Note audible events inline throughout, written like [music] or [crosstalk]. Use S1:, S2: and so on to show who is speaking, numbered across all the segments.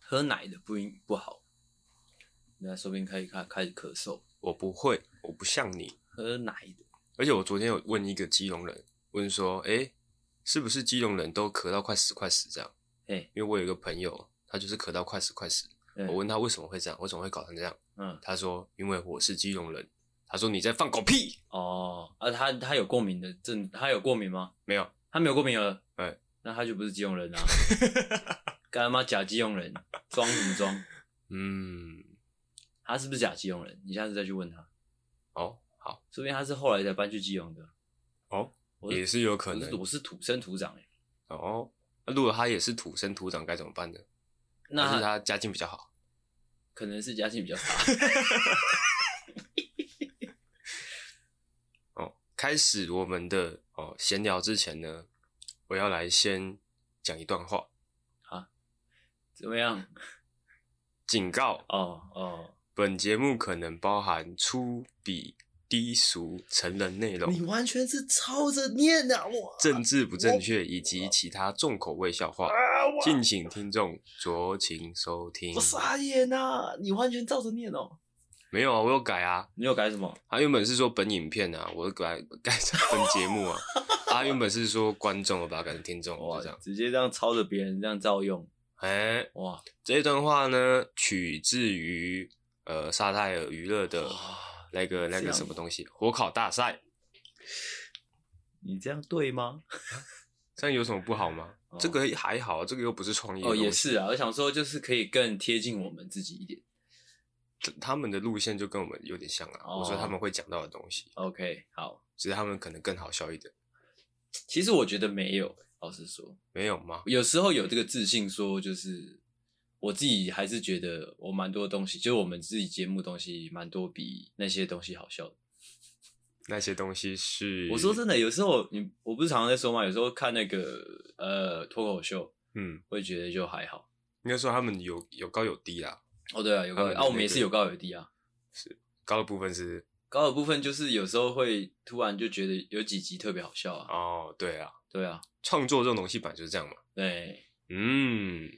S1: 喝奶的不应不好，那说不定可以开开始咳嗽。
S2: 我不会，我不像你。
S1: 喝奶的，
S2: 而且我昨天有问一个基隆人，问说，哎、是不是基隆人都咳到快死快死这样？
S1: 哎、
S2: 因为我有一个朋友，他就是咳到快死快死。
S1: 嗯
S2: 我问他为什么会这样，为什么会搞成这样？
S1: 嗯，
S2: 他说，因为我是基隆人。他说你在放狗屁，
S1: 哦，啊，他他有过敏的症，他有过敏吗？
S2: 没有，
S1: 他没有过敏了，
S2: 哎
S1: 那他就不是基隆 [laughs] 人啊，干他妈假基隆人，装什么装？
S2: 嗯，
S1: 他是不是假基隆人？你下次再去问他，
S2: 哦，好，
S1: 说不定他是后来才搬去基隆的。
S2: 哦，
S1: 我
S2: 也是有可
S1: 我
S2: 能
S1: 是。我是土生土长哎、
S2: 哦，那如果他也是土生土长该怎么办呢？
S1: 那
S2: 还是他家境比较好？
S1: 可能是家境比较差。
S2: 哦，开始我们的哦闲聊之前呢，我要来先讲一段话，
S1: 怎么样？
S2: 警告：
S1: 哦哦，
S2: 本节目可能包含粗鄙、低俗、成人内容、
S1: 完全是抄着念的、我
S2: 政治不正确以及其他重口味笑话，
S1: 啊我啊
S2: 敬请听众酌情收听
S1: 我。傻眼呐、你完全照着念哦。
S2: 没有啊，我有改啊，
S1: 你有改什么？
S2: 他原本是说本影片啊，我改改成本节目
S1: [laughs]
S2: 啊，他原本是说观众，我把它改成听众，就这样。
S1: 直接这样抄着别人这样照用，
S2: 哎、
S1: 哇！
S2: 这段话呢，取自于呃沙泰尔娱乐的
S1: 哇
S2: 那个那
S1: 这
S2: 个
S1: 样
S2: 什么东西火烤大赛，
S1: 你这样对吗？
S2: 这样有什么不好吗？
S1: 哦
S2: 这个还好，这个又不是创业
S1: 哦，也，是啊，我想说就是可以更贴近我们自己一点。
S2: 他们的路线就跟我们有点像啊。
S1: 哦
S2: 我说他们会讲到的东西，
S1: OK，好，
S2: 只是他们可能更好笑一点，
S1: 其实我觉得没有，老实说，
S2: 没有吗？
S1: 有时候有这个自信说，就是我自己还是觉得我蛮多东西，就是我们自己节目东西蛮多比那些东西好笑的。
S2: 那些东西是
S1: 我说真的，有时候你我不是常常在说嘛，有时候看那个呃脱口秀，
S2: 嗯，
S1: 会觉得就还好。
S2: 应该说他们有有高有低啦，
S1: 哦，对啊，有高有
S2: 他们的
S1: 啊，我们
S2: 那
S1: 也
S2: 个
S1: 是有高有低啊。
S2: 高的部分是
S1: 高的部分就是有时候会突然就觉得有几集特别好笑啊。
S2: 哦，对啊，
S1: 对啊，
S2: 创作这种东西本来就是这样嘛。
S1: 对，
S2: 嗯，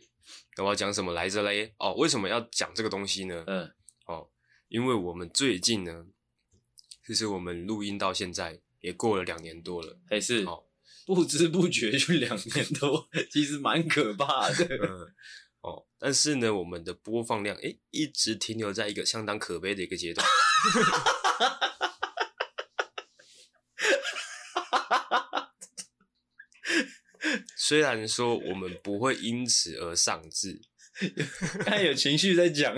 S2: 那我要讲什么来着嘞？哦，为什么要讲这个东西呢？
S1: 嗯，
S2: 哦，因为我们最近呢，就是我们录音到现在也过了两年多了。
S1: 还是
S2: 哦，
S1: 不知不觉就两年多，其实蛮可怕
S2: [laughs]
S1: 的。
S2: 嗯，哦，但是呢，我们的播放量诶一直停留在一个相当可悲的一个阶段。 [laughs] 虽然说我们不会因此而丧志，
S1: 看有情绪在讲，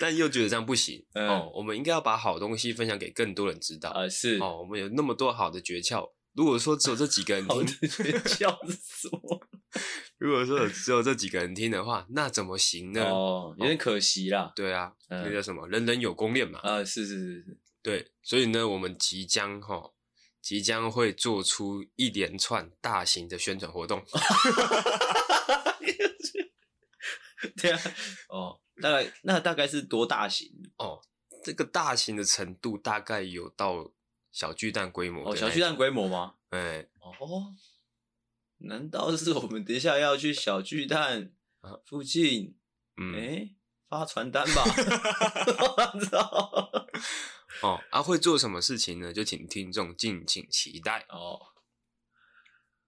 S2: 但又觉得这样不行、
S1: 嗯
S2: 哦。我们应该要把好东西分享给更多人知道。
S1: 啊，是
S2: 哦，我嗯们有那么多好的诀窍。如果说只有这几个人
S1: 好的
S2: 听，
S1: 诀
S2: [laughs]
S1: 窍是什么？
S2: 如果说有只有这几个人听的话，那怎么行呢？
S1: 哦，有点可惜啦。
S2: 对啊，
S1: 嗯
S2: 那叫什么？人人有功练嘛。
S1: 啊，是是是是，
S2: 对，所以呢，我们即将哈，即将会做出一连串大型的宣传活动。
S1: 啊对啊，哦，大概那大概是多大型？
S2: 哦，这个大型的程度大概有到小巨蛋规模。
S1: 哦，小巨。蛋规模吗？
S2: 哎，
S1: 哦，难道是我们等一下要去小巨蛋
S2: 啊
S1: 附近？哎、
S2: 嗯，
S1: 发传单吧！我操！
S2: 哦，啊，会做什么事情呢？就请听众敬请期待。
S1: [laughs] 哦，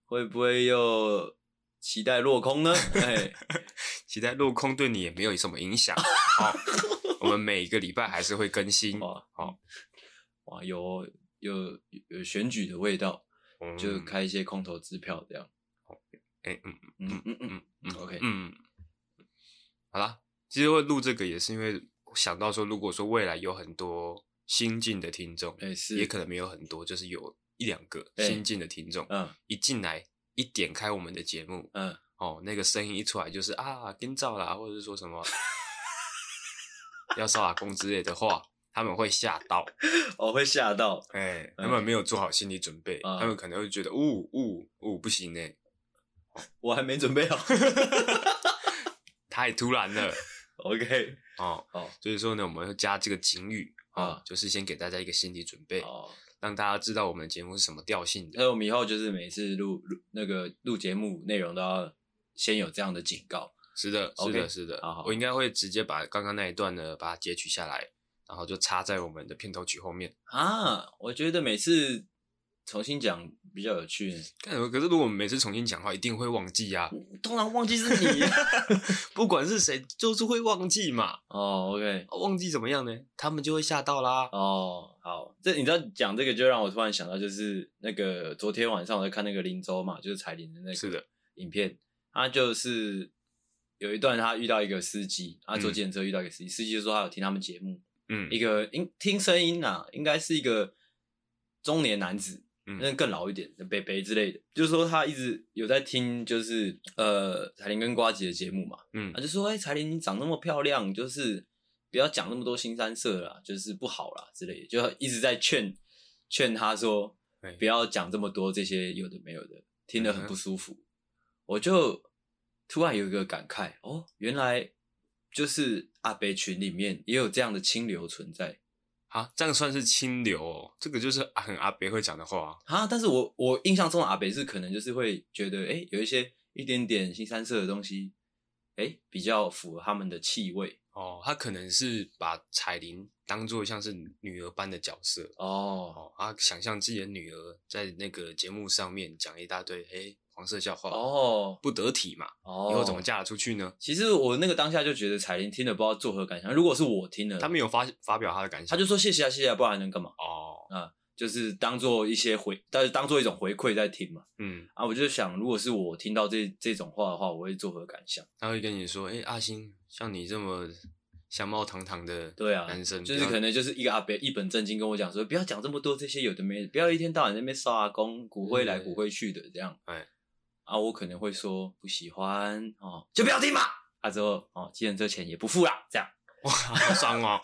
S1: 会不会又期待落空 [laughs] 呢？哎、
S2: 期待落空对你也没有什么
S1: [laughs]
S2: 影响。哦，我们每个礼拜还是会更新。
S1: 哇
S2: 好，
S1: 哇，有有有选举的味道，
S2: 嗯
S1: 就开一些空头支票这样。
S2: 哎、嗯
S1: 嗯嗯嗯，
S2: 嗯嗯
S1: OK
S2: 嗯，好啦，其实会录这个也是因为想到说，如果说未来有很多新进的听众，
S1: 哎、是，
S2: 也可能没有很多，就是有一两个
S1: 哎
S2: 新进的听众、
S1: 嗯
S2: 一进来一点开我们的节目，
S1: 嗯，
S2: 哦，那个声音一出来就是啊跟照啦，或者是说
S1: [laughs]
S2: 什么要烧打工之类的话，他们会吓到。
S1: 我、哦会吓到。
S2: 哎、
S1: 嗯
S2: 他们没有做好心理准备，
S1: 啊
S2: 他们可能会觉得，呜呜呜，不行欸呢、
S1: 我还没准 [laughs] 备好。
S2: 太突然了
S1: OK，
S2: 哦。
S1: 哦
S2: 所以说呢，我们会加这个警语啊
S1: 啊，
S2: 就是先给大家一个心理准备，
S1: 哦，
S2: 让大家知道我们的节目是什么调性的。
S1: 那我们以后就是每次录录那个录节目内容都要先有这样的警告。
S2: 是的，是
S1: OK，
S2: 的，是的
S1: 好好。
S2: 我应该会直接把刚刚那一段呢，把它截取下来，然后就插在我们的片头曲后面。
S1: 啊，我觉得每次重新讲比较有趣呢。
S2: 干可是如果我们每次重新讲的话，一定会忘记啊！
S1: 通常忘记是你 [laughs]
S2: 不管是谁，就是会忘记嘛。
S1: 哦，OK，
S2: 忘记怎么样呢？他们就会吓到啦。
S1: 哦，好，这你知道讲这个就让我突然想到，就是那个昨天晚上我在看那个林州嘛，就是彩铃的那
S2: 是
S1: 个
S2: 的，
S1: 影片，他就是有一段他遇到一个司机，他坐
S2: 嗯
S1: 计程车遇到一个司机，司机就说他有听他们节目，
S2: 嗯，
S1: 一个应听声音啊，应该是一个中年男子，
S2: 嗯
S1: 那更老一点，北北之类的，就是说他一直有在听，就是呃彩铃跟瓜姐的节目嘛，
S2: 嗯
S1: 他就说：“哎、彩玲，你长那么漂亮，就是不要讲那么多新三色啦，就是不好啦之类的，就一直在劝劝他说
S2: 哎，
S1: 不要讲这么多这些有的没有的，听得
S2: 嗯
S1: 很
S2: 哼
S1: 不舒服。我就突然有一个感慨，哦，原来就是阿北群里面也有这样的清流存在
S2: 啊，这样算是清流哦。这个就是很阿伯会讲的话啊。
S1: 啊。但是我我印象中的阿北是可能就是会觉得，哎、有一些一点点新三色的东西，哎、比较符合他们的气味
S2: 哦，他可能是把彩铃当做像是女儿般的角色
S1: 哦。
S2: 哦，啊，想象自己的女儿在那个节目上面讲一大堆诶黄色笑话，
S1: 哦
S2: 不得体嘛，
S1: 哦，
S2: 以后怎么？嫁得出去呢？
S1: 其实我那个当下就觉得彩铃听了不知道作何感想。如果是我听了，
S2: 他没有发发表他的感
S1: 他
S2: 想，
S1: 就说谢谢啊谢谢啊，不然还能干嘛？
S2: 哦，
S1: 啊就是当做一些回，但是当做一种回馈在听嘛。
S2: 嗯，
S1: 啊，我就想，如果是我听到这这种话的话，我会作何感想？
S2: 他会跟你说，哎、阿星，像你这么相貌堂堂的， [laughs]
S1: 对啊，
S2: 男生
S1: 就是
S2: 不要
S1: 可能就是一个阿伯一本正经跟我讲说，不要讲这么多这些有的没的，不要一天到晚在那边烧阿公骨灰来
S2: 嗯
S1: 骨灰去的这样。
S2: 哎
S1: 啊，我可能会说不喜欢哦，就不要听嘛。啊，之后哦，计程车钱也不付啦，这样
S2: 哇，好爽哦，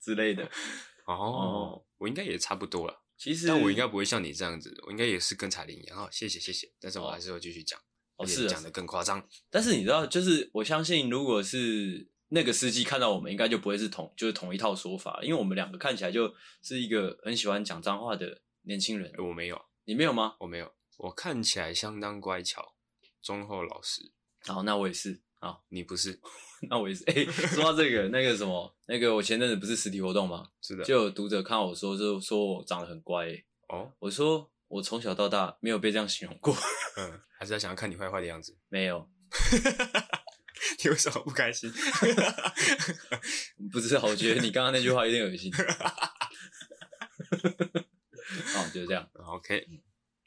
S1: 之类的。
S2: 哦，
S1: 哦
S2: 我应该也差不多了，
S1: 其实
S2: 但我应该不会像你这样子，我应该也是跟彩铃一样，哦，谢谢谢谢，但是我
S1: 哦
S2: 还是会继续讲，
S1: 哦
S2: 而且
S1: 是啊
S2: 讲的更夸张，
S1: 但是你知道，就是我相信，如果是那个司机看到我们，应该就不会是同就是同一套说法，因为我们两个看起来就是一个很喜欢讲脏话的年轻人
S2: 诶。我没有，
S1: 你没有吗？
S2: 我没有，我看起来相当乖巧，忠厚老实，
S1: 好，那我也是。好，
S2: 你不是，
S1: 那我也是。哎、说到这个，那个什么，那个我前阵子不是实体活动吗？
S2: 是的，
S1: 就有读者看我说，就说我长得很乖、欸。
S2: 哦，
S1: 我说我从小到大没有被这样形容过， [laughs]
S2: 嗯，还是他想要看你坏坏的样子， [laughs]
S1: 没有，
S2: 你为什么不开心？ [laughs]
S1: 不知道。我觉得你刚刚那句话有点恶心。 [laughs] 好，就这样。
S2: OK，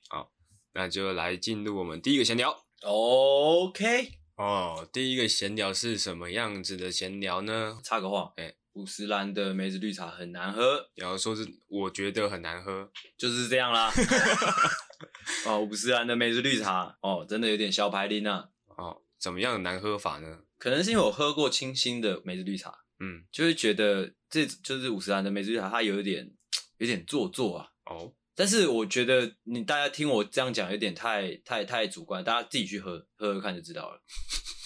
S2: 好，那就来进入我们第一个闲聊。
S1: OK。
S2: 哦，第一个闲聊是什么样子的闲聊呢？
S1: 插个话，
S2: 哎
S1: 五十兰的梅子绿茶很难喝，
S2: 然后说是我觉得很难喝，
S1: 就是这样啦。哦，五十兰的梅子绿茶，哦，真的有点小排林啊。
S2: 哦，怎么样的难喝法呢？
S1: 可能是因为我喝过清新的梅子绿茶，
S2: 嗯，
S1: 就会觉得这就是五十兰的梅子绿茶，它有一点有点做作啊。
S2: 哦，
S1: 但是我觉得你大家听我这样讲有点太太太主观，大家自己去喝喝喝看就知道了，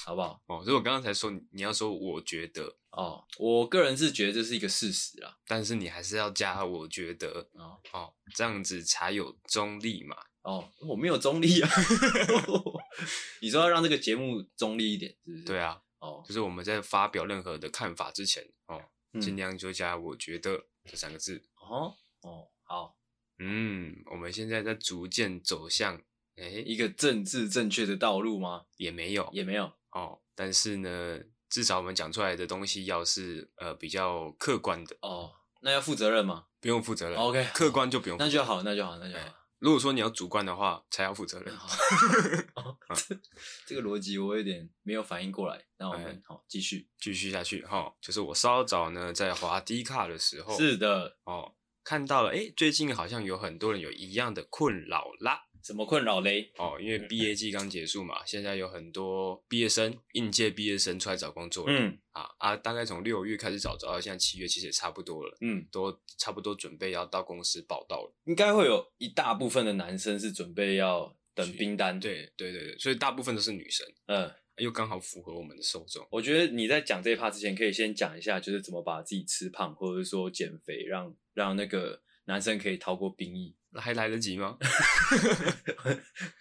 S1: 好不好？
S2: 哦，所以我刚刚才说你你要说我觉得，
S1: 哦，我个人是觉得这是一个事实啦。
S2: 但是你还是要加我觉得
S1: 哦
S2: 哦，这样子才有中立嘛。
S1: 哦，我没有中立啊。 [laughs] 你说要让这个节目中立一点，是不是？
S2: 对啊，
S1: 哦，
S2: 就是我们在发表任何的看法之前，哦，
S1: 嗯
S2: 尽量就加我觉得这三个字。
S1: 哦哦，好，
S2: 嗯，我们现在在逐渐走向，诶、
S1: 一个政治正确的道路吗？
S2: 也没有，
S1: 也没有
S2: 哦，但是呢，至少我们讲出来的东西要是呃比较客观的，
S1: 哦，那要负责任吗？
S2: 不用负责任。
S1: 哦 OK，
S2: 客观就不用负责
S1: 那
S2: 任。
S1: 就好，那就好，那就好。
S2: 如果说你要主观的话，才要负责任。
S1: 嗯好哦，这这个逻辑我有点没有反应过来。那我们
S2: 哎
S1: 好继续。
S2: [laughs] 继续下去哈、就是我稍早呢在滑低卡的时候，
S1: 是的，
S2: 哦，看到了，诶，最近好像有很多人有一样的困扰啦。
S1: 什么困扰嘞？
S2: 哦，因为
S1: 嗯
S2: 毕业季刚结束嘛，现在有很多毕业生、应届毕业生出来找工作了、
S1: 嗯
S2: 啊啊，大概从六月开始找，找到现在七月，其实也差不多了，
S1: 嗯，
S2: 都差不多准备要到公司报道了。
S1: 应该会有一大部分的男生是准备要等
S2: 去
S1: 兵单。，
S2: 对对对对，所以大部分都是女生，
S1: 嗯。
S2: 又刚好符合我们的受众。
S1: 我觉得你在讲这一趴之前，可以先讲一下，就是怎么把自己吃胖，或者是说减肥，让让那个男生可以逃过兵役。
S2: 那还来得及吗？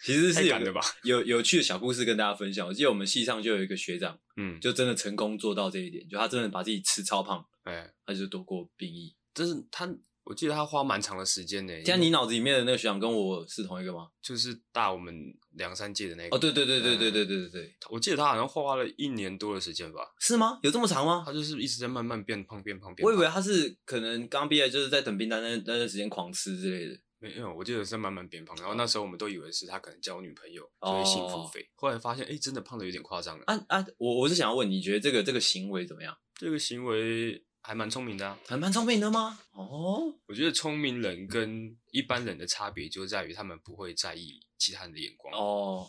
S1: 其实 [laughs]
S2: 太
S1: 是有
S2: 赶了
S1: 个
S2: 吧
S1: 有有趣的小故事跟大家分享。我记得我们系上就有一个学长，
S2: 嗯，
S1: 就真的成功做到这一点，就他真的把自己吃超胖，
S2: 哎，
S1: 他就躲过兵役。
S2: 但是他，我记得他花蛮长的时间呢。
S1: 像你脑子里面的那个学长跟我是同一个吗？
S2: 就是大我们两三届的那个。
S1: 哦，对对对对对对
S2: 嗯
S1: 对对对，
S2: 我记得他好像花了一年多的时间吧，
S1: 是吗？有这么长吗？
S2: 他就是一直在慢慢变胖变胖变胖。
S1: 我以为他是可能刚毕业就是在等兵单那那段时间狂吃之类的。
S2: 没有，我记得是慢慢变胖，然后那时候我们都以为是他可能交女朋友，
S1: 哦
S2: 所以幸福肥。后来发现，哎、真的胖的有点夸张了。
S1: 啊啊！我我是想要问，你觉得这个这个行为怎么样？
S2: 这个行为还蛮聪明的、啊。
S1: 还蛮聪明的吗？哦，
S2: 我觉得聪明人跟一般人的差别就在于他们不会在意其他人的眼光，哎、
S1: 哦，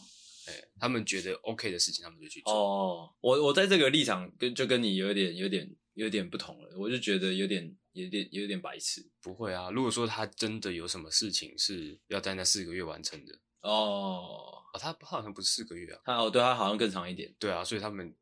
S2: 他们觉得 OK 的事情他们就去做。
S1: 哦，我我在这个立场跟就跟你有点有点有点不同了，我就觉得有点有点有点白痴
S2: 不会啊，如果说他真的有什么事情是要在那四个月完成的，
S1: 哦。
S2: 啊、他他好像不是四个月啊，
S1: 他哦，对他好像更长一点
S2: 对啊，所以他们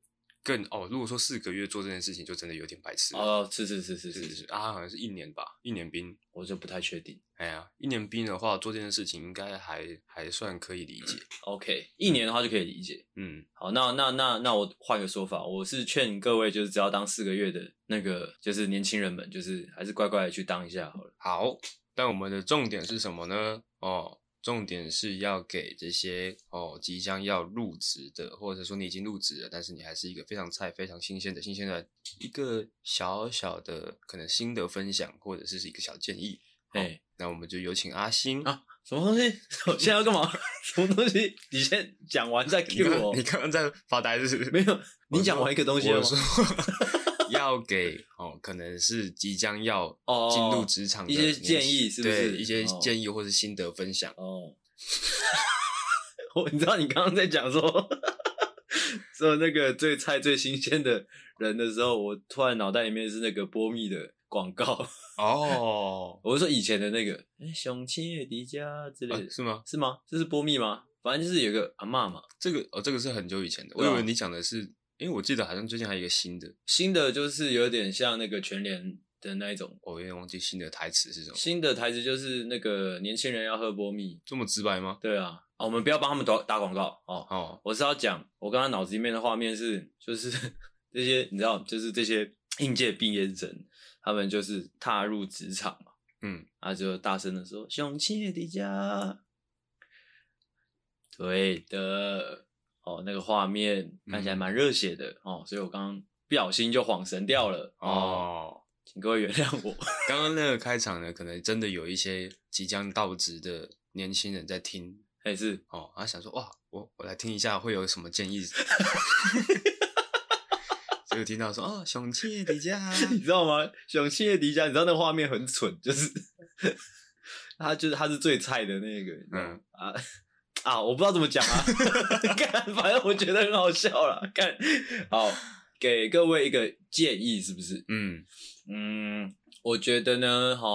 S2: 更哦，如果说四个月做这件事情，就真的有点白痴了。
S1: 哦，是是是是
S2: 是
S1: 是
S2: 是
S1: 是，
S2: 是啊，好像是一年吧，一年兵。
S1: 我就不太确定。
S2: 哎呀，一年兵的话，做这件事情应该还还算可以理解。
S1: OK，一年的话就可以理解。
S2: 嗯，
S1: 好，那那那那我换个说法，我是劝各位就是只要当四个月的那个就是年轻人们，就是还是乖乖的去当一下好了。
S2: 好，但我们的重点是什么呢？哦，重点是要给这些哦即将要入职的，或者说你已经入职了，但是你还是一个非常菜、非常新鲜的新鲜人，一个小小的可能心得分享，或者是一个小建议。好
S1: 哎，
S2: 那我们就有请阿星
S1: 啊什么东西？ [laughs] 我现在要干嘛？什么东西？你先讲完再
S2: 你
S1: Q
S2: 刚
S1: 我
S2: 你。刚刚在发呆是不
S1: [laughs]
S2: 是？
S1: 没有，你讲完一个东西了
S2: 我
S1: 吗
S2: 哦说？ [laughs] 要给哦，可能是即将要
S1: 哦
S2: 进入职场的
S1: 一些
S2: 年轻
S1: 建议是不是
S2: 对一些
S1: 哦
S2: 建议或是心得分
S1: [laughs]
S2: 享。
S1: 哦，我你知道你刚刚在讲说说那个最菜最新鲜的人的时候，我突然脑袋里面是那个波蜜的广告，
S2: 哦，
S1: 我是说以前的那个哎熊亲月迪迦之类
S2: 啊
S1: 的，
S2: 是吗？
S1: 是吗？这是波蜜吗？反正就是有个阿嬷嘛，
S2: 这个哦，这个是很久以前的，我
S1: 对
S2: 以
S1: 啊
S2: 为你讲的是，因为我记得好像最近还有一个新的，
S1: 新的就是有点像那个全联的那一种，
S2: 我有点忘记新的台词是什么，
S1: 新的台词就是那个年轻人要喝波蜜，
S2: 这么直白吗？
S1: 对啊，啊我们不要帮他们打打广告哦，
S2: 哦，
S1: 我是要讲，我刚刚脑子里面的画面是，就是 [laughs] 这些你知道，就是这些应届毕业生，他们就是踏入职场嘛，
S2: 嗯，
S1: 啊，就大声的说“雄起的家”，对的，哦，那个画面看起来蛮热血的、哦，所以我刚刚不小心就恍神掉了哦，
S2: 哦，
S1: 请各位原谅我。
S2: 刚刚那个开场呢，可能真的有一些即将到职的年轻人在听，
S1: 还哎是
S2: 哦，他想说哇，我我来听一下会有什么建议， [laughs] 结果听到说哦，熊切
S1: [laughs]
S2: 迪迦，
S1: 你知道吗？雄起的迪迦，你知道那个画面很蠢，就是 [laughs] 他就是他是最菜的那个，
S2: 嗯
S1: 嗯啊啊，我不知道怎么讲啊， [laughs] 看，反正我觉得很好笑啦。看，好，给各位一个建议，是不是？
S2: 嗯
S1: 嗯，我觉得呢，哈，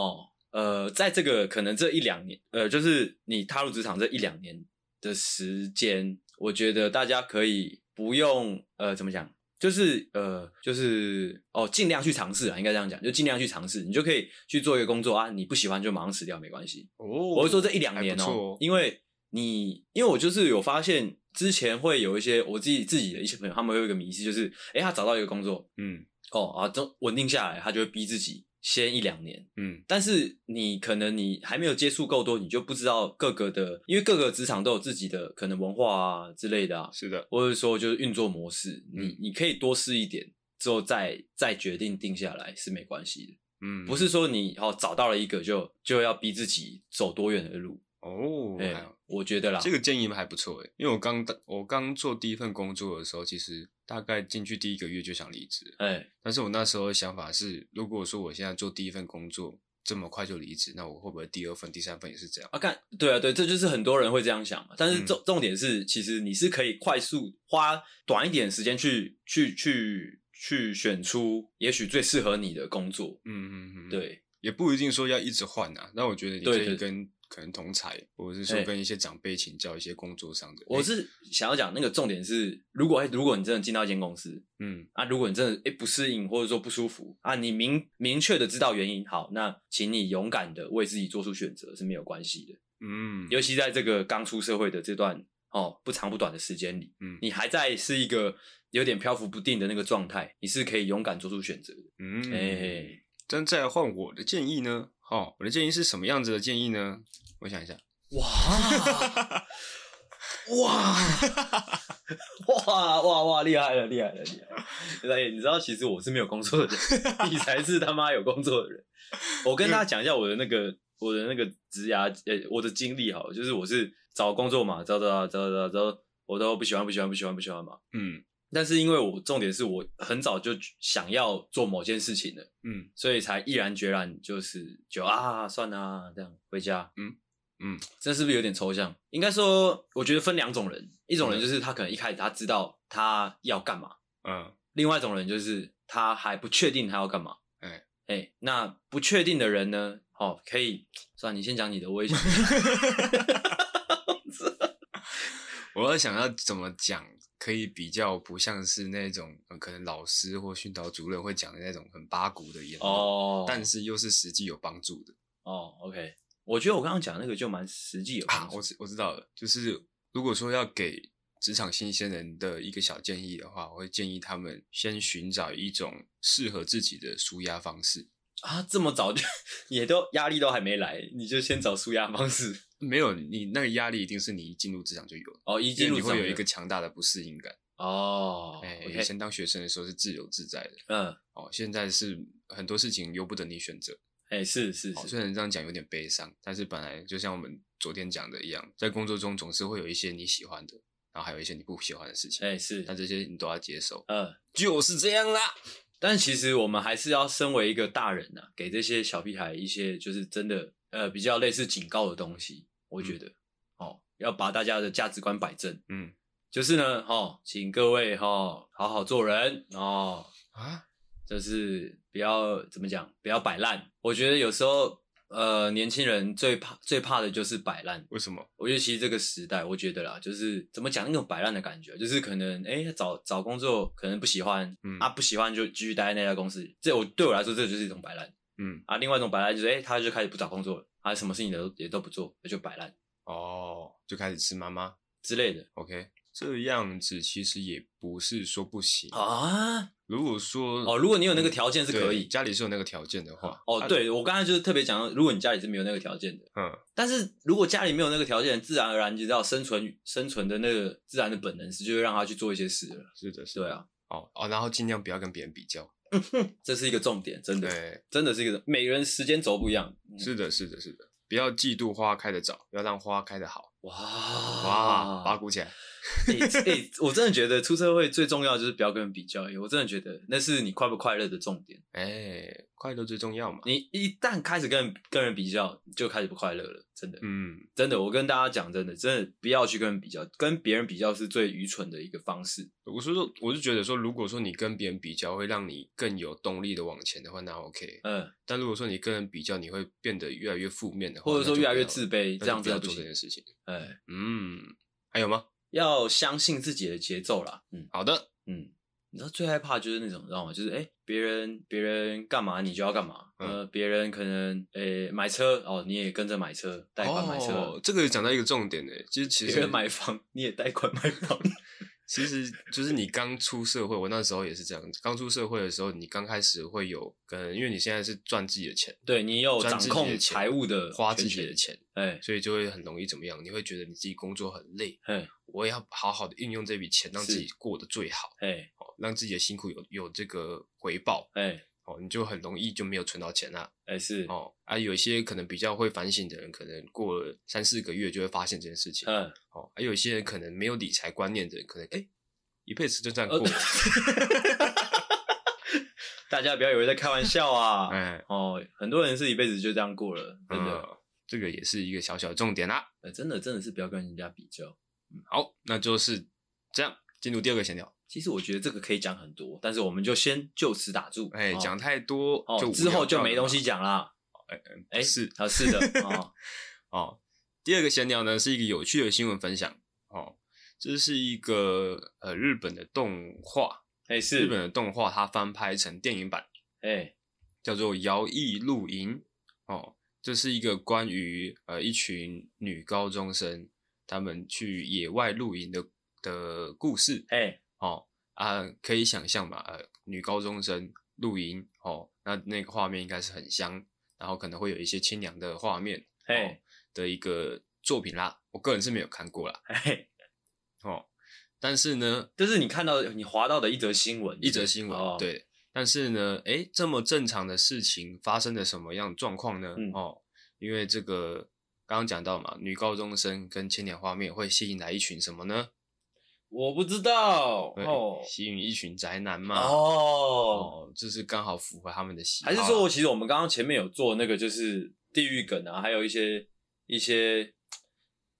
S1: 呃，在这个可能这一两年，呃，就是你踏入职场这一两年的时间，我觉得大家可以不用，呃，怎么讲？就是呃，就是哦，尽量去尝试啊，应该这样讲，就尽量去尝试，你就可以去做一个工作啊，你不喜欢就马上辞掉，没关系。
S2: 哦，
S1: 我是说这一两年、
S2: 还不错
S1: 哦，因为你因为我就是有发现之前会有一些我自己自己的一些朋友，他们会有一个迷思，就是诶、他找到一个工作，
S2: 嗯
S1: 哦啊，都稳定下来，他就会逼自己先一两年。
S2: 嗯
S1: 但是你可能你还没有接触够多，你就不知道各个的，因为各个职场都有自己的可能文化啊之类的啊，
S2: 是的，
S1: 或者说就是运作模式，
S2: 嗯
S1: 你你可以多试一点，之后再再决定定下来是没关系的，
S2: 嗯
S1: 不是说你哦找到了一个就就要逼自己走多远的路，
S2: 哦，
S1: 哎、
S2: 还好
S1: 我觉得啦，
S2: 这个建议还不错诶，因为我刚到我刚做第一份工作的时候，其实大概进去第一个月就想离职，
S1: 哎、
S2: 但是我那时候的想法是，如果说我现在做第一份工作这么快就离职，那我会不会第二份、第三份也是这样？
S1: 啊，干，对啊，对，这就是很多人会这样想嘛。但是
S2: 嗯
S1: 重、重点是，其实你是可以快速花短一点时间去去去去选出，也许最适合你的工作。
S2: 嗯嗯嗯，嗯。
S1: 对，
S2: 也不一定说要一直换啊。那我觉得你可
S1: 对
S2: 以
S1: 对
S2: 跟可能同才，或者是说
S1: 嘿
S2: 跟一些长辈请教一些工作上的。
S1: 我
S2: 哎
S1: 是想要讲那个重点是，如果哎如果你真的进到一间公司
S2: 嗯
S1: 啊，如果你真的哎不适应或者说不舒服啊，你明明确的知道原因，好，那请你勇敢的为自己做出选择是没有关系的。
S2: 嗯
S1: 尤其在这个刚出社会的这段哦不长不短的时间里，
S2: 嗯
S1: 你还在是一个有点漂浮不定的那个状态，你是可以勇敢做出选择的。
S2: 嗯，
S1: 哎、
S2: 但再来换我的建议呢？哦，我的建议是什么样子的建议呢？我想一下，
S1: 嗯哇哇哇哇哇！厉害了，厉害了，厉害了！对，你知道，其实我是没有工作的
S2: [laughs]
S1: 人，你才是他妈有工作的人。我跟大家讲一下我的那个我的那个职涯，呃，我的经历好了，就是我是找工作嘛，找找找找找，我都不喜欢，不喜欢，不喜欢，不喜欢嘛。
S2: 嗯
S1: 但是因为我重点是我很早就想要做某件事情了。
S2: 嗯
S1: 所以才毅然决然就是就啊，算啦、这样回家。
S2: 嗯嗯，
S1: 这是不是有点抽象？应该说，我觉得分两种人，一种人
S2: 嗯
S1: 就是他可能一开始他知道他要干嘛，
S2: 嗯
S1: 另外一种人就是他还不确定他要干嘛。
S2: 哎
S1: 哎、那不确定的人呢？哦，可以，算了你先讲你的，我也想。
S2: [laughs] 我在想要怎么讲，可以比较不像是那种、呃可能老师或训导主任会讲的那种很八股的言论，
S1: 哦，
S2: 但是又是实际有帮助的
S1: 哦，OK，我觉得我刚刚讲那个就蛮实际有帮
S2: 啊。
S1: 助
S2: 我知我知道了，就是如果说要给职场新鲜人的一个小建议的话，我会建议他们先寻找一种适合自己的舒压方式。
S1: 啊，这么早就 [laughs] 也都压力都还没来，你就先找舒压方式。
S2: 没有你那个压力，一定是你一进入职场就有了，
S1: 哦，一
S2: 因
S1: 进
S2: 为
S1: 入
S2: 你会
S1: 职
S2: 有
S1: 场
S2: 一
S1: 的
S2: 个强大的不适应感。
S1: 哦
S2: 哎、以
S1: ，OK，
S2: 前当学生的时候是自由自在的，
S1: 嗯，
S2: 哦，现在是很多事情由不得你选择。
S1: 哎，是是
S2: 哦
S1: 是，
S2: 虽然这样讲有点悲伤，但是本来就像我们昨天讲的一样，在工作中总是会有一些你喜欢的，然后还有一些你不喜欢的事情，
S1: 哎是，
S2: 但这些你都要接受，
S1: 嗯，
S2: 就是这样啦。
S1: 但其实我们还是要身为一个大人呐、给这些小屁孩一些就是真的呃比较类似警告的东西，我觉得、哦，要把大家的价值观摆正，
S2: 嗯
S1: 就是呢，哦，请各位哦好好做人哦，
S2: 啊，
S1: 就是不要怎么讲，不要摆烂。我觉得有时候呃年轻人最怕最怕的就是摆烂，
S2: 为什么？
S1: 我觉得其实这个时代，我觉得啦，就是怎么讲那种摆烂的感觉，就是可能哎、诶找找工作可能不喜欢，
S2: 嗯
S1: 啊不喜欢就继续待在那家公司，这我对我来说这就是一种摆烂
S2: 嗯，
S1: 啊。另外一种摆烂就是哎、诶他就开始不找工作了，啊什么事情都也都不做，那就摆烂
S2: 哦，就开始吃妈妈
S1: 之类的
S2: ，OK，这样子其实也不是说不行。
S1: 啊。
S2: 如果说
S1: 哦，如果你有那个条件是可
S2: 对
S1: 以。
S2: 家里哦是有那个条件的话，
S1: 哦，
S2: 啊，
S1: 对我刚才就是特别讲到，如果你家里是没有那个条件的，
S2: 嗯
S1: 但是如果家里没有那个条件，自然而然你知道生存生存的那个自然的本能是就会让他去做一些事了。
S2: 是的，是的
S1: 对，啊，
S2: 哦哦，然后尽量不要跟别人比较，
S1: 这是一个重点，真的。
S2: 对，
S1: 真的是一个每个人时间轴不一样。嗯
S2: 是的，是的，是的，不要嫉妒花开的早，要让花开的好，
S1: 哇啊 [laughs]
S2: 哇，八！股起来，
S1: 哎、欸我真的觉得出社会最重要就是不要跟人比较、欸我真的觉得那是你快不快乐的重点。
S2: 哎，快乐最重要嘛，
S1: 你一旦开始跟人跟人比较，就开始不快乐了。真的，
S2: 嗯，
S1: 真的，我跟大家讲，真的，真的不要去跟人比较，跟别人比较是最愚蠢的一个方式。
S2: 我是说，我是觉得说，如果说你跟别人比较会让你更有动力的往前的话，那 OK，
S1: 嗯，
S2: 但如果说你跟人比较，你会变得越来越负面的话，
S1: 或者说
S2: 那就
S1: 越来越
S2: 不要
S1: 自卑，
S2: 那
S1: 这样
S2: 就
S1: 子
S2: 不要
S1: 也不
S2: 做这
S1: 行
S2: 件。事情，
S1: 哎、
S2: 嗯，还有吗？
S1: 要相信自己的节奏啦。嗯。
S2: 好的，
S1: 嗯，你知道最害怕就是那种，你知道吗？就是哎，别、人别人干嘛你就要干嘛，
S2: 嗯
S1: 呃，别人可能哎、买车哦，你也跟着买车，贷款买车，
S2: 哦，这个讲到一个重点呢，其实其
S1: 别
S2: 实
S1: 人买房你也贷款买房， [laughs]
S2: 其实就是你刚出社会，我那时候也是这样。刚出社会的时候，你刚开始会有跟，因为你现在是赚自己的钱，
S1: 对你有哦
S2: 赚
S1: 掌
S2: 自己的
S1: 控
S2: 钱
S1: 财务的
S2: 花
S1: 权
S2: 自己
S1: 限
S2: 的，钱，
S1: 哎
S2: 所以就会很容易怎么样？你会觉得你自己工作很累，
S1: 哎
S2: 我也要好好的运用这笔钱，让自己过得最好，
S1: 哎
S2: 哦让自己的辛苦有有这个回报。
S1: 哎
S2: 哦，你就很容易就没有存到钱啦、
S1: 哎是，
S2: 哦，啊，有一些可能比较会反省的人，可能过了三四个月就会发现这件事情。
S1: 嗯，
S2: 哦，还有一些人可能没有理财观念的人，可能哎、一辈子就这样
S1: 呃
S2: 过了。
S1: [laughs] 大家不要以为在开玩笑啊，
S2: [laughs] 哎，
S1: 哦，很多人是一辈子就这样过了，真的，
S2: 嗯，这个也是一个小小的重点啦。
S1: 呃真的真的是不要跟人家比较。
S2: 好，那就是这样进入第二个闲聊。
S1: 其实我觉得这个可以讲很多，但是我们就先就此打住。
S2: 哎、
S1: 哦
S2: 讲太多
S1: 哦，
S2: 就无聊
S1: 之后就没
S2: 掉
S1: 东
S2: 了
S1: 西讲啦。
S2: 嘛。
S1: 哎，
S2: 嗯是 [laughs]
S1: 啊，是的，哦，
S2: 哦。第二个闲聊呢是一个有趣的新闻分享哦，这是一个呃日本的动画，
S1: 哎、
S2: 日
S1: 是
S2: 本的动画它翻拍成电影版，
S1: 哎、
S2: 叫做《摇曳露营》哦，这是一个关于呃一群女高中生她们去野外露营的的故事
S1: 哎、
S2: 哦啊，可以想象吧，呃，女高中生露营哦，那那个画面应该是很香，然后可能会有一些清凉的画面，
S1: 嘿
S2: 哦的一个作品啦，我个人是没有看过啦
S1: 哎、嘿
S2: 哦，但是呢，
S1: 这是你看到的你划到的一则新闻，
S2: 一则新闻，
S1: 哦、，
S2: 对。但是呢，诶，这么正常的事情发生了什么样的状况呢？
S1: 嗯
S2: 哦，因为这个刚刚讲到嘛，女高中生跟青年画面会吸引来一群什么呢？
S1: 我不知道
S2: 会
S1: 哦
S2: 吸引一群宅男嘛。
S1: 哦，
S2: 哦，就是刚好符合他们的喜好啊
S1: 还
S2: 啦。
S1: 是说其实我们刚刚前面有做那个就是地狱梗啊，还有一些一些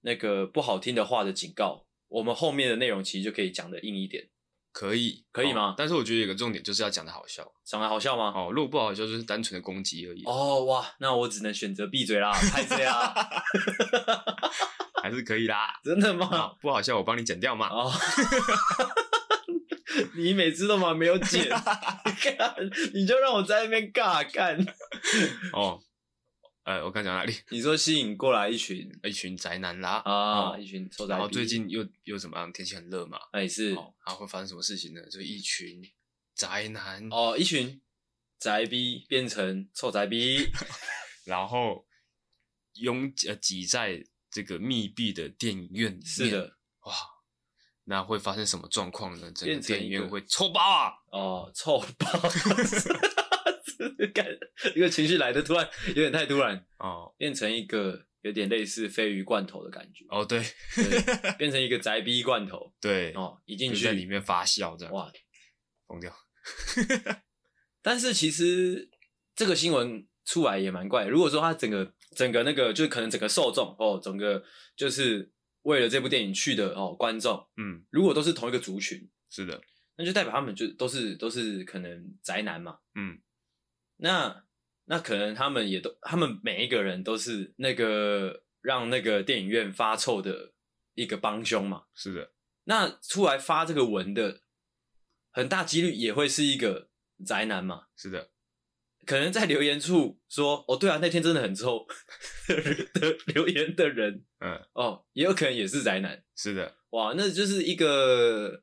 S1: 那个不好听的话的警告，我们后面的内容其实就可以讲的硬一点，
S2: 可以，
S1: 可以
S2: 哦
S1: 吗
S2: 但是我觉得有个重点就是要讲的好笑
S1: 讲的好笑吗？
S2: 哦，如果不好笑就是单纯的攻击而已，
S1: 哦哇，那我只能选择闭嘴啦，拍谁啊？ [laughs]
S2: 还是可以啦。
S1: 真的吗？
S2: 哦不好笑我帮你剪掉嘛。
S1: 哦，你每次都嘛没有剪， [laughs] 干你就让我在那边尬干。
S2: 哦，呃，我刚讲哪里？
S1: 你说吸引过来一群
S2: 一群宅男啦。
S1: 啊，
S2: 哦
S1: 一群臭宅逼，
S2: 然后最近又又怎么样？天气很热嘛，
S1: 哎是
S2: 哦，然后会发生什么事情呢？就一群宅男，
S1: 哦，一群宅逼变成臭宅逼，
S2: [laughs] 然后拥呃挤在这个密闭的电影院里面，
S1: 是的，
S2: 哇，那会发生什么状况呢？整
S1: 变
S2: 个
S1: 成
S2: 电影
S1: 一个
S2: 院会抽爆啊！
S1: 哦，臭爆， [laughs] 干这个情绪来的突然有点太突然，
S2: 哦
S1: 变成一个有点类似鲱鱼罐头的感觉，
S2: 哦，对 [laughs]
S1: 对，变成一个宅逼罐头
S2: 对，
S1: 哦，一进
S2: 就
S1: 去
S2: 在里面发酵这样，
S1: 哇，
S2: 疯掉。
S1: 但是其实这个新闻出来也蛮怪的。如果说他整个整个那个，就是可能整个受众哦，整个就是为了这部电影去的哦观众，
S2: 嗯，
S1: 如果都是同一个族群，
S2: 是的，
S1: 那就代表他们就都是都是可能宅男嘛。
S2: 嗯，
S1: 那那可能他们也都，他们每一个人都是那个让那个电影院发臭的一个帮凶嘛。
S2: 是的，
S1: 那出来发这个文的，很大几率也会是一个宅男嘛。
S2: 是的，
S1: 可能在留言处说：“哦，对啊，那天真的很臭。”的留言的人
S2: 嗯，
S1: 哦，也有可能也是宅男
S2: 是的，
S1: 哇，那就是一个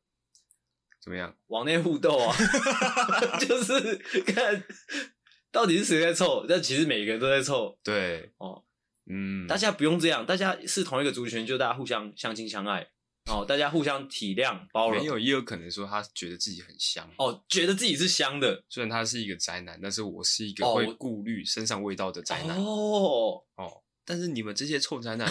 S2: 怎么样？
S1: 网内互斗啊， [laughs] 就是看到底是谁在臭，但其实每个人都在臭。
S2: 对，
S1: 哦，
S2: 嗯，
S1: 大家不用这样，大家是同一个族群，就大家互相相亲相爱哦，大家互相体谅包
S2: 没
S1: 容。
S2: 有，也有可能说他觉得自己很香。
S1: 哦，觉得自己是香的
S2: 虽然他是一个宅男，但是我是一个
S1: 哦
S2: 会
S1: 我
S2: 顾虑身上味道的宅男。
S1: 哦，
S2: 但是你们这些臭
S1: [laughs]
S2: 宅男，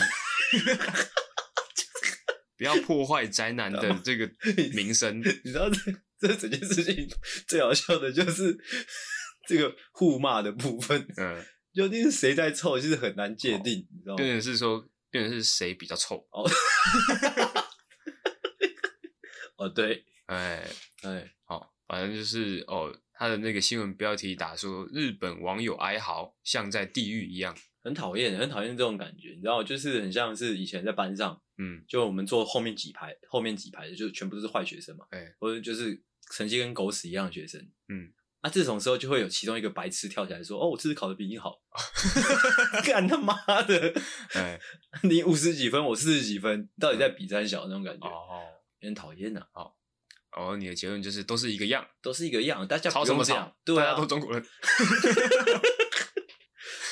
S2: 不要破坏宅
S1: [laughs]
S2: 男的这个名声。
S1: 你知道这这整件事情最好笑的就是这个互骂的部分，
S2: 嗯，
S1: 究竟是谁在臭，其实很难界定，你知道吗？
S2: 变成是说，变成是谁比较臭？
S1: 哦，对，
S2: 哎，
S1: 哎，
S2: 好、反正就是哦，他的那个新闻标题打说，日本网友哀嚎，像在地狱一样。
S1: 很讨厌，很讨厌这种感觉，你知道，就是很像是以前在班上，
S2: 嗯，
S1: 就我们坐后面几排，后面几排的就全部都是坏学生嘛，
S2: 哎，
S1: 或者就是成绩跟狗屎一样的学生，
S2: 嗯。
S1: 啊，这种时候就会有其中一个白痴跳起来说：“哦，我这次考的比你好，
S2: 哦
S1: [laughs] 干他妈的！
S2: 哎，
S1: 你五十几分，我四十几分，到底在比三小那种感觉，
S2: 哦，
S1: 有点讨厌呐。”
S2: 哦，你的结论就是都是一个样，
S1: 都是一个样，大家
S2: 吵
S1: 不
S2: 什
S1: 用
S2: 么
S1: 这
S2: 吵
S1: 样，？对
S2: 大
S1: 啊，
S2: 家都中国人。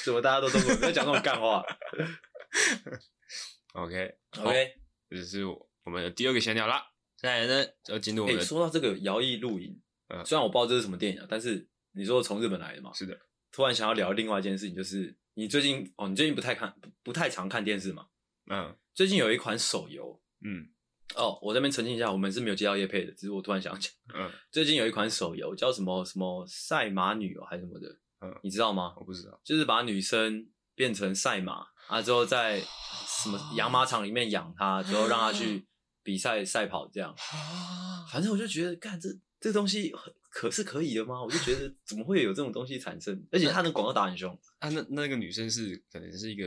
S1: 怎么大家都中国人，不要讲这种干
S2: [laughs]
S1: 话。
S2: OK，好
S1: OK，
S2: 这是我们的第二个闲聊啦。再来呢，要进入我
S1: 哎、
S2: 们的
S1: 说到这个摇曳露营，
S2: 嗯
S1: 虽然我不知道这是什么电影啊，但是你说从日本来的嘛，
S2: 是的，
S1: 突然想要聊另外一件事情，就是你最近哦，你最近不太看不不太常看电视嘛？
S2: 嗯
S1: 最近有一款手游
S2: 嗯
S1: 哦，我这边澄清一下，我们是没有接到叶配的，只是我突然想讲，
S2: 嗯，
S1: 最近有一款手游叫什么什么赛马女哦，还是什么的，
S2: 嗯
S1: 你知道吗？
S2: 我不知道。
S1: 就是把女生变成赛马啊，之后在什么
S2: 哦
S1: 养马场里面养它，之后让
S2: 嗯
S3: 啊
S1: 它去比赛赛跑这样。反正我就觉得，干这这东西很可是可以的吗？我就觉得怎么会有这种东西产生？而且他的广告打很
S2: [laughs]
S1: 凶，
S2: 啊，那那个女生是可能是一个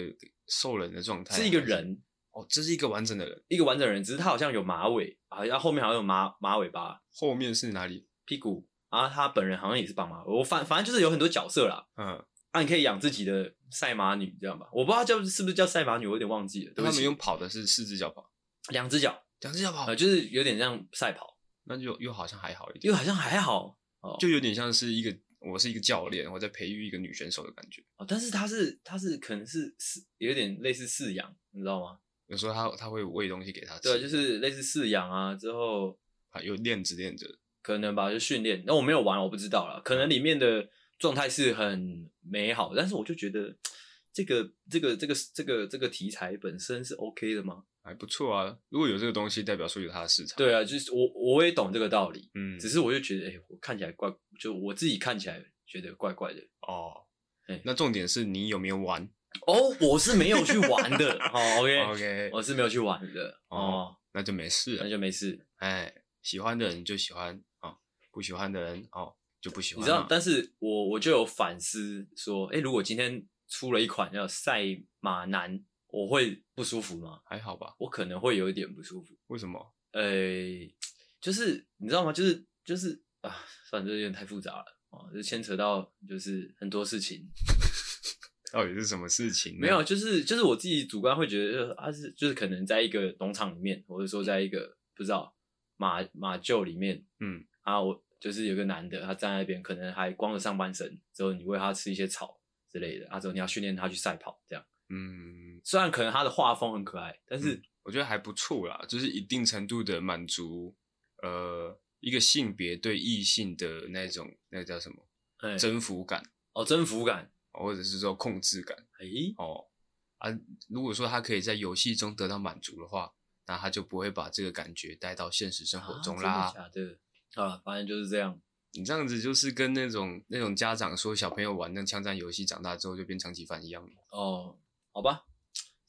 S2: 兽人的状态，
S1: 是一个人，
S2: 哦，这是一个完整的人。
S1: 一个完整人，只是他好像有马尾啊，然后后面好像有马马尾巴、
S2: 后面是哪里？
S1: 屁股啊，他本人好像也是绑马尾。我反反正就是有很多角色啦。
S2: 嗯，
S1: 啊，你可以养自己的赛马女，这样吧？我不知道叫是不是叫赛马女，我有点忘记了。对不
S2: 他们
S1: 起，
S2: 用跑的是四只脚跑，
S1: 两只脚，
S2: 两只脚跑
S1: 呃，，就是有点像赛跑，
S2: 那就又好像还好一点，
S1: 又好像还好哦，
S2: 就有点像是一个我是一个教练，我在培育一个女选手的感觉。
S1: 哦但是他是他是可能是饲，有点类似饲养，你知道吗？
S2: 有时候他他会喂东西给他吃，
S1: 对，就是类似饲养啊，之后
S2: 啊有练着练着，
S1: 可能吧，就训练。那我没有玩，我不知道啦。可能里面的状态是很美好，但是我就觉得这个这个这个这个这个题材本身是 OK 的吗？
S2: 还不错啊。如果有这个东西，代表说有它的市场。，
S1: 对啊，就是我我也懂这个道理，
S2: 嗯，
S1: 只是我就觉得，哎、我看起来怪，就我自己看起来觉得怪怪的。
S2: 哦
S1: 嘿，
S2: 那重点是你有没有玩
S1: 哦，我是没有去玩 [laughs] 的，好、o k
S2: ？OK，
S1: 我是没有去玩的，哦
S2: 哦，那就没事
S1: 那
S2: 了。
S1: 就没事。
S2: 哎，喜欢的人就喜欢哦，不喜欢的人哦就不喜欢
S1: 你
S2: 嘛。
S1: 知道，但是我我就有反思说，哎、如果今天出了一款叫赛马男，我会不舒服吗？
S2: 还好吧？
S1: 我可能会有一点不舒服。
S2: 为什么？
S1: 呃、就是你知道吗？就是就是啊，算了，这有点太复杂了哦，就牵扯到就是很多事情。
S2: 到底是什么事情呢？
S1: [laughs] 没有，就是就是我自己主观会觉得，他、啊、是就是可能在一个农场里面，或者说在一个不知道马马厩里面，
S2: 嗯，
S1: 啊，我就是有个男的，他站在那边，可能还光着上半身，之后你喂他吃一些草之类的，啊，之后你要训练他去赛跑，这样。
S2: 嗯，
S1: 虽然可能他的画风很可爱，但是、
S2: 我觉得还不错啦，就是一定程度的满足，呃，一个性别对异性的那种那个叫什么
S1: 哎
S2: 征服感，
S1: 哦，征服感，哎
S2: 或者是说控制感
S1: 诶、
S2: 哦啊。如果说他可以在游戏中得到满足的话，那他就不会把这个感觉带到现实生活中啦。
S1: 啊真的假的？啊，反正就是这样。
S2: 你这样子就是跟那种那种家长说小朋友玩那枪战游戏，长大之后就变枪击犯一样了。
S1: 哦，好吧，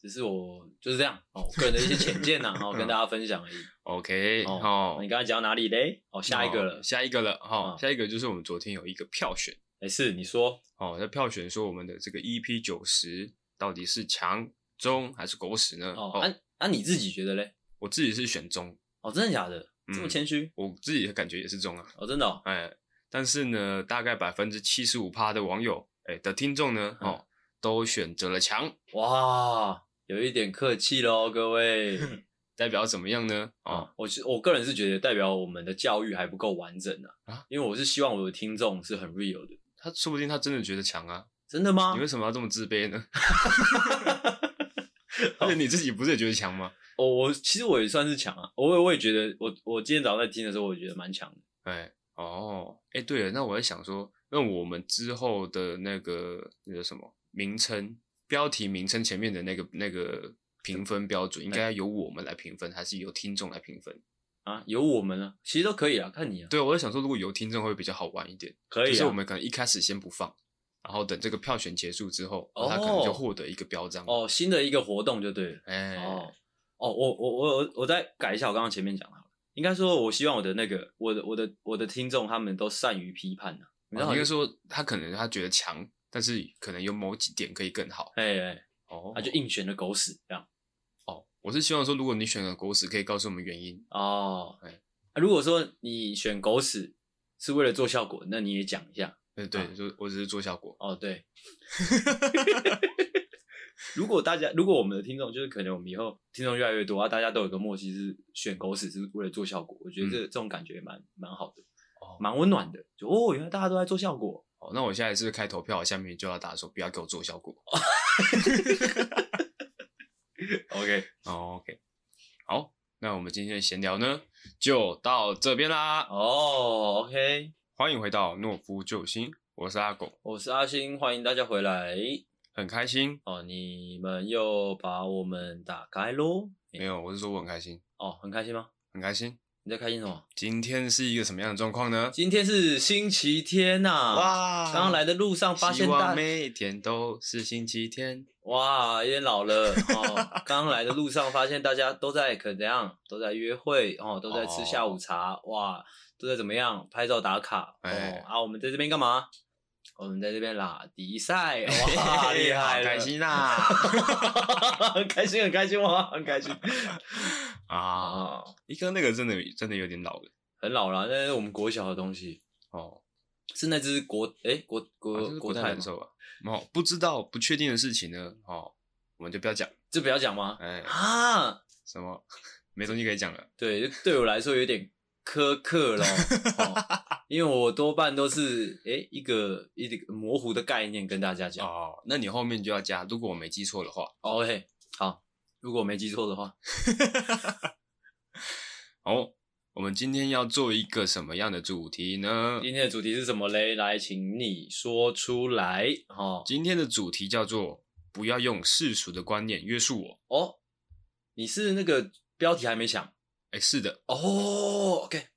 S1: 只是我就是这样哦，我个人的一些浅见呐、哦，跟大家分享而已。
S2: OK，
S1: 哦，
S2: 哦
S1: 你刚才讲到哪里嘞？哦，下一个了
S2: 哦，下一个了，哈、
S1: 嗯
S2: 下一个就是我们昨天有一个票选，
S1: 没事，哎你说。
S2: 哦，在票选说我们的这个 EP 九十到底是强中还是狗屎呢？
S1: 哦，那、那、你自己觉得嘞？
S2: 我自己是选中，
S1: 哦，真的假的？
S2: 嗯
S1: 这么谦虚？
S2: 我自己的感觉也是中啊，
S1: 哦，真的、哦。
S2: 哎，但是呢，大概百分之七十五趴的网友，哎的听众呢，哦，都选择了强，
S1: 哇，有一点客气喽，各位。
S2: 代表怎么样呢？哦，
S1: 啊，我是我个人是觉得代表我们的教育还不够完整啊，
S2: 啊
S1: 因为我是希望我的听众是很 real 的。
S2: 他说不定他真的觉得强啊，
S1: 真的吗
S2: 你？为什么要这么自卑呢？而且你自己不是也觉得强吗？
S1: 我我其实我也算是强啊，我也我也觉得我我今天早上在听的时候，我觉得蛮强的。
S2: 哎，哦，哎，对了，那我在想说，那我们之后的那个那个什么名称、标题名称前面的那个那个评分标准，应该由我们来评分，还是由听众来评分？
S1: 啊，有我们啊，其实都可以啊，看你啊，
S2: 对，我在想说，如果由听众会比较好玩一点，
S1: 可以、啊。
S2: 就是我们可能一开始先不放，然后等这个票选结束之后，然后他可能
S1: 哦
S2: 就获得一个标章。，
S1: 哦，新的一个活动就对了。
S2: 哎，
S1: 哦，哦，我我我我我再改一下我刚刚前面讲的好了，应该说我希望我的那个我的我的我的听众他们都善于批判的、啊，你知道
S2: 哦
S1: 吗
S2: 应该？说他可能他觉得强，但是可能有某几点可以更好。
S1: 哎哎，
S2: 哦
S1: 他就硬选了狗屎这样。
S2: 哦，我是希望说，如果你选了狗屎，可以告诉我们原因。
S1: 哦，
S2: 哎
S1: 啊如果说你选狗屎是为了做效果，那你也讲一下。
S2: 对呃对，
S1: 啊
S2: 就我只是做效果。
S1: 哦，对。如果大家，如果我们的听众就是可能我们以后听众越来越多啊，大家都有个默契是选狗屎是为了做效果，我觉得这、这种感觉也蛮蛮好的，
S2: 哦
S1: 蛮温暖的。就哦，原来大家都在做效果，
S2: 好，哦那我现在是开投票，下面就要打说不要给我做效果。
S1: OK，
S2: 哦，OK，好，那我们今天的闲聊呢就到这边啦。
S1: 哦，OK，
S2: 欢迎回到懦夫救星，我是阿狗，
S1: 我是阿星，欢迎大家回来。
S2: 很开心。
S1: 哦，你们又把我们打开喽。
S2: 没有，我是说我很开心，
S1: 哦，很开心吗？
S2: 很开心。
S1: 你在开心什么？
S2: 今天是一个什么样的状况呢？
S1: 今天是星期天呐、
S2: 哇
S1: 啊刚刚来的路上发现
S2: 希
S1: 大 [laughs]
S2: 望每一天都是星期天。
S1: 哇，有点老了哦。刚来的路上发现大家都在可怎样，都在约会哦，都在吃下午茶，哇，都在怎么样拍照打卡哦、
S2: 哎
S1: 啊！我们在这边干嘛？我们在这边拉迪赛，哇，啊厉害
S2: 好
S1: 了，
S2: 开，心啊啦！
S1: 很 [laughs] 开心，很开心哇，很开心
S2: 啊，
S1: 啊！
S2: 一哥那个真的真的有点老了
S1: 很老了，那是我们国小的东西，
S2: 哦，啊
S1: 是那只国哎、国
S2: 好
S1: 国
S2: 像是
S1: 国
S2: 国泰
S1: 泰
S2: 难
S1: 吗
S2: 受吧？哦，不知道不确定的事情呢，哦，我们就不要讲，
S1: 这不要讲吗？
S2: 哎，
S1: 啊，
S2: 什么 [laughs] 没东西可以讲了，
S1: [laughs] 对，就对我来说有点苛刻咯，哦 [laughs] 因为我多半都是诶、一个一个模糊的概念跟大家讲。哦
S2: 哦，那你后面就要加，如果我没记错的话，
S1: OK，好，如果我没记错的话，
S2: 哦，我们今天要做一个什么样的主题呢？
S1: 今天的主题是什么嘞？来，请你说出来。哦
S2: 今天的主题叫做不要用世俗的观念约束我。
S1: 哦，你是那个标题还没想
S2: 哎，是的，
S1: 哦？OK，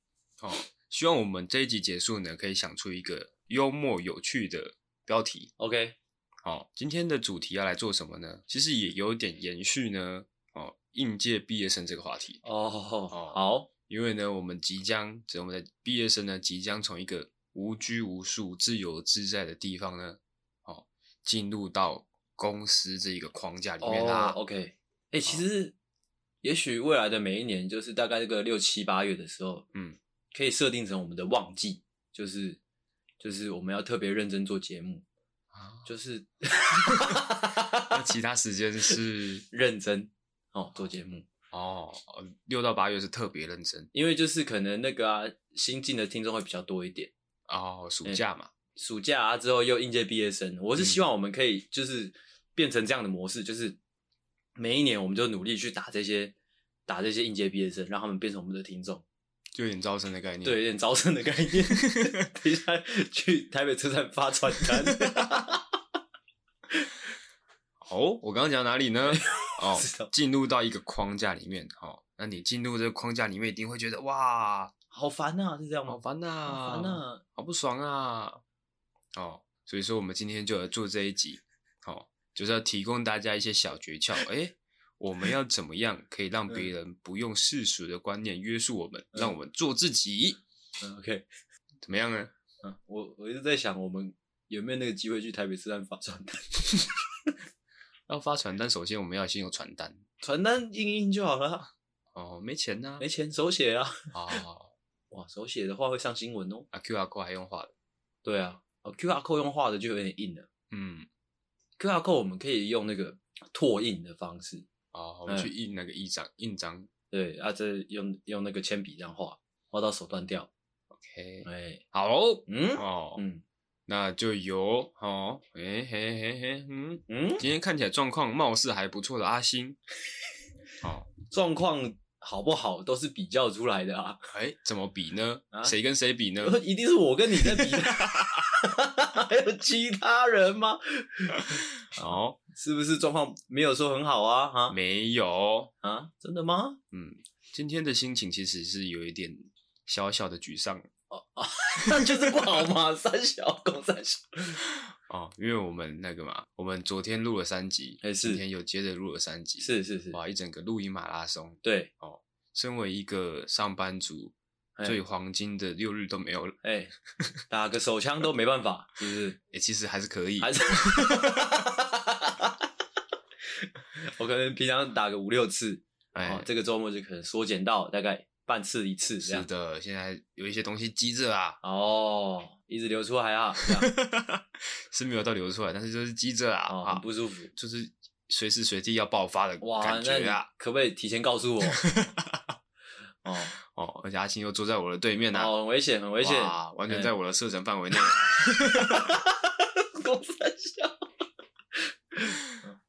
S2: 哦，希望我们这一集结束呢，可以想出一个幽默有趣的标题。
S1: OK，
S2: 哦，今天的主题要来做什么呢？其实也有点延续呢，哦，应届毕业生这个话题，
S1: 哦，好，
S2: 因为呢，我们即将，我们的毕业生呢，即将从一个无拘无束、自由自在的地方呢，哦，进入到公司这一个框架里面啊啦。
S1: 哦，OK，哎、其实也许未来的每一年，就是大概这个六七八月的时候，
S2: 嗯，
S1: 可以设定成我们的旺季，就是就是我们要特别认真做节目，
S2: 啊
S1: 就是
S2: 那其他时间是
S1: 认真哦做节目，
S2: 哦，六到八月是特别认真
S1: 因为就是可能那个啊新进的听众会比较多一点，
S2: 哦，暑假嘛，
S1: 暑假啊之后又应届毕业生，我
S2: 嗯
S1: 是希望我们可以就是变成这样的模式，就是每一年我们就努力去打这些打这些应届毕业生，让他们变成我们的听众。
S2: 就有点招生的概念。
S1: 对，有点招生的概 [laughs] 念。等一下去台北车站发传单， [laughs]
S2: 哦，我刚刚讲哪里
S1: [laughs]
S2: 呢？哦
S1: 知道，
S2: 进入到一个框架里面，哦，那你进入这个框架里面，一定会觉得哇，
S1: 好烦啊呐、是这样
S2: 好
S1: 吗？
S2: 烦呐、
S1: 嗯好烦呐、
S2: 好不爽啊！哦，所以说我们今天就要做这一集，哦，就是要提供大家一些小诀窍。诶，我们要怎么样可以让别人不用世俗的观念约束我们，
S1: 嗯
S2: 让我们做自己？
S1: 嗯 OK，
S2: 怎么样呢？
S1: 嗯，我我一直在想，我们有没有那个机会去台北车站发传单？
S2: 要发传单，首先我们要先有传单。
S1: 传单印一印就好了，
S2: 哦，没钱呐、
S1: 没钱手写啊。
S2: 哦，
S1: 哇，手写的话会上新闻哦。
S2: 啊，QR code 还用画的。
S1: 对啊，哦 QR code 用画的就有点硬了。
S2: 嗯，
S1: QR code 我们可以用那个拓印的方式，
S2: 哦，
S1: 嗯
S2: 我们去印那个印章，印章。
S1: 对啊，这用用那个铅笔这样画，画到手断掉。
S2: OK，
S1: 哎、
S2: 好哦，
S1: 嗯
S2: 哦，
S1: 嗯
S2: 那就由哦，诶嘿嘿嘿，嗯。
S1: 嗯，
S2: 今天看起来状况貌似还不错的阿星，哦，
S1: 状况好不好都是比较出来的啊， [laughs]
S2: 哎、怎么比呢
S1: 啊？
S2: 谁、跟
S1: [laughs]
S2: 谁比呢？
S1: 一定是我跟你在比， [laughs] 还有其他人吗？
S2: 哦，
S1: 是不是状况没有说很好啊？哈
S2: 没有，
S1: 啊，真的吗？
S2: 嗯，今天的心情其实是有一点小小的沮丧
S1: 那就是不好嘛， [laughs] 三小公三小，
S2: 哦，因为我们那个嘛，我们昨天录了三集，
S1: 哎是
S2: 今天又接着录了三集，
S1: 是是是，
S2: 哇，一整个录音马拉松。
S1: 对，
S2: 身为一个上班族，
S1: 哎
S2: 最黄金的六日都没有了，
S1: 哎，打个手枪都没办法，是不是？ [laughs]
S2: 哎、其实还是可以，
S1: 还是我可能平常打个五六次，
S2: 哎、
S1: 哦，这个周末就可能缩减到大概半次一次这
S2: 是
S1: 样。
S2: 的，现在有一些东西积着啊，
S1: 哦，一直流出来啊，这样
S2: 是没有到流出来，但是就是积 [laughs] 着啊，
S1: 哦，
S2: 啊
S1: 很不舒服。
S2: 就是随时随地要爆发的
S1: 哇，
S2: 感
S1: 那
S2: 觉
S1: 你
S2: 啊！
S1: 可不可以提前告诉我？哦，
S2: [laughs] 哦，而且阿星又坐在我的对面啊，
S1: 哦，哎很危险，很危
S2: 而
S1: 险，嗯
S2: 完全在我的射程范围内。
S1: [laughs] 公三笑。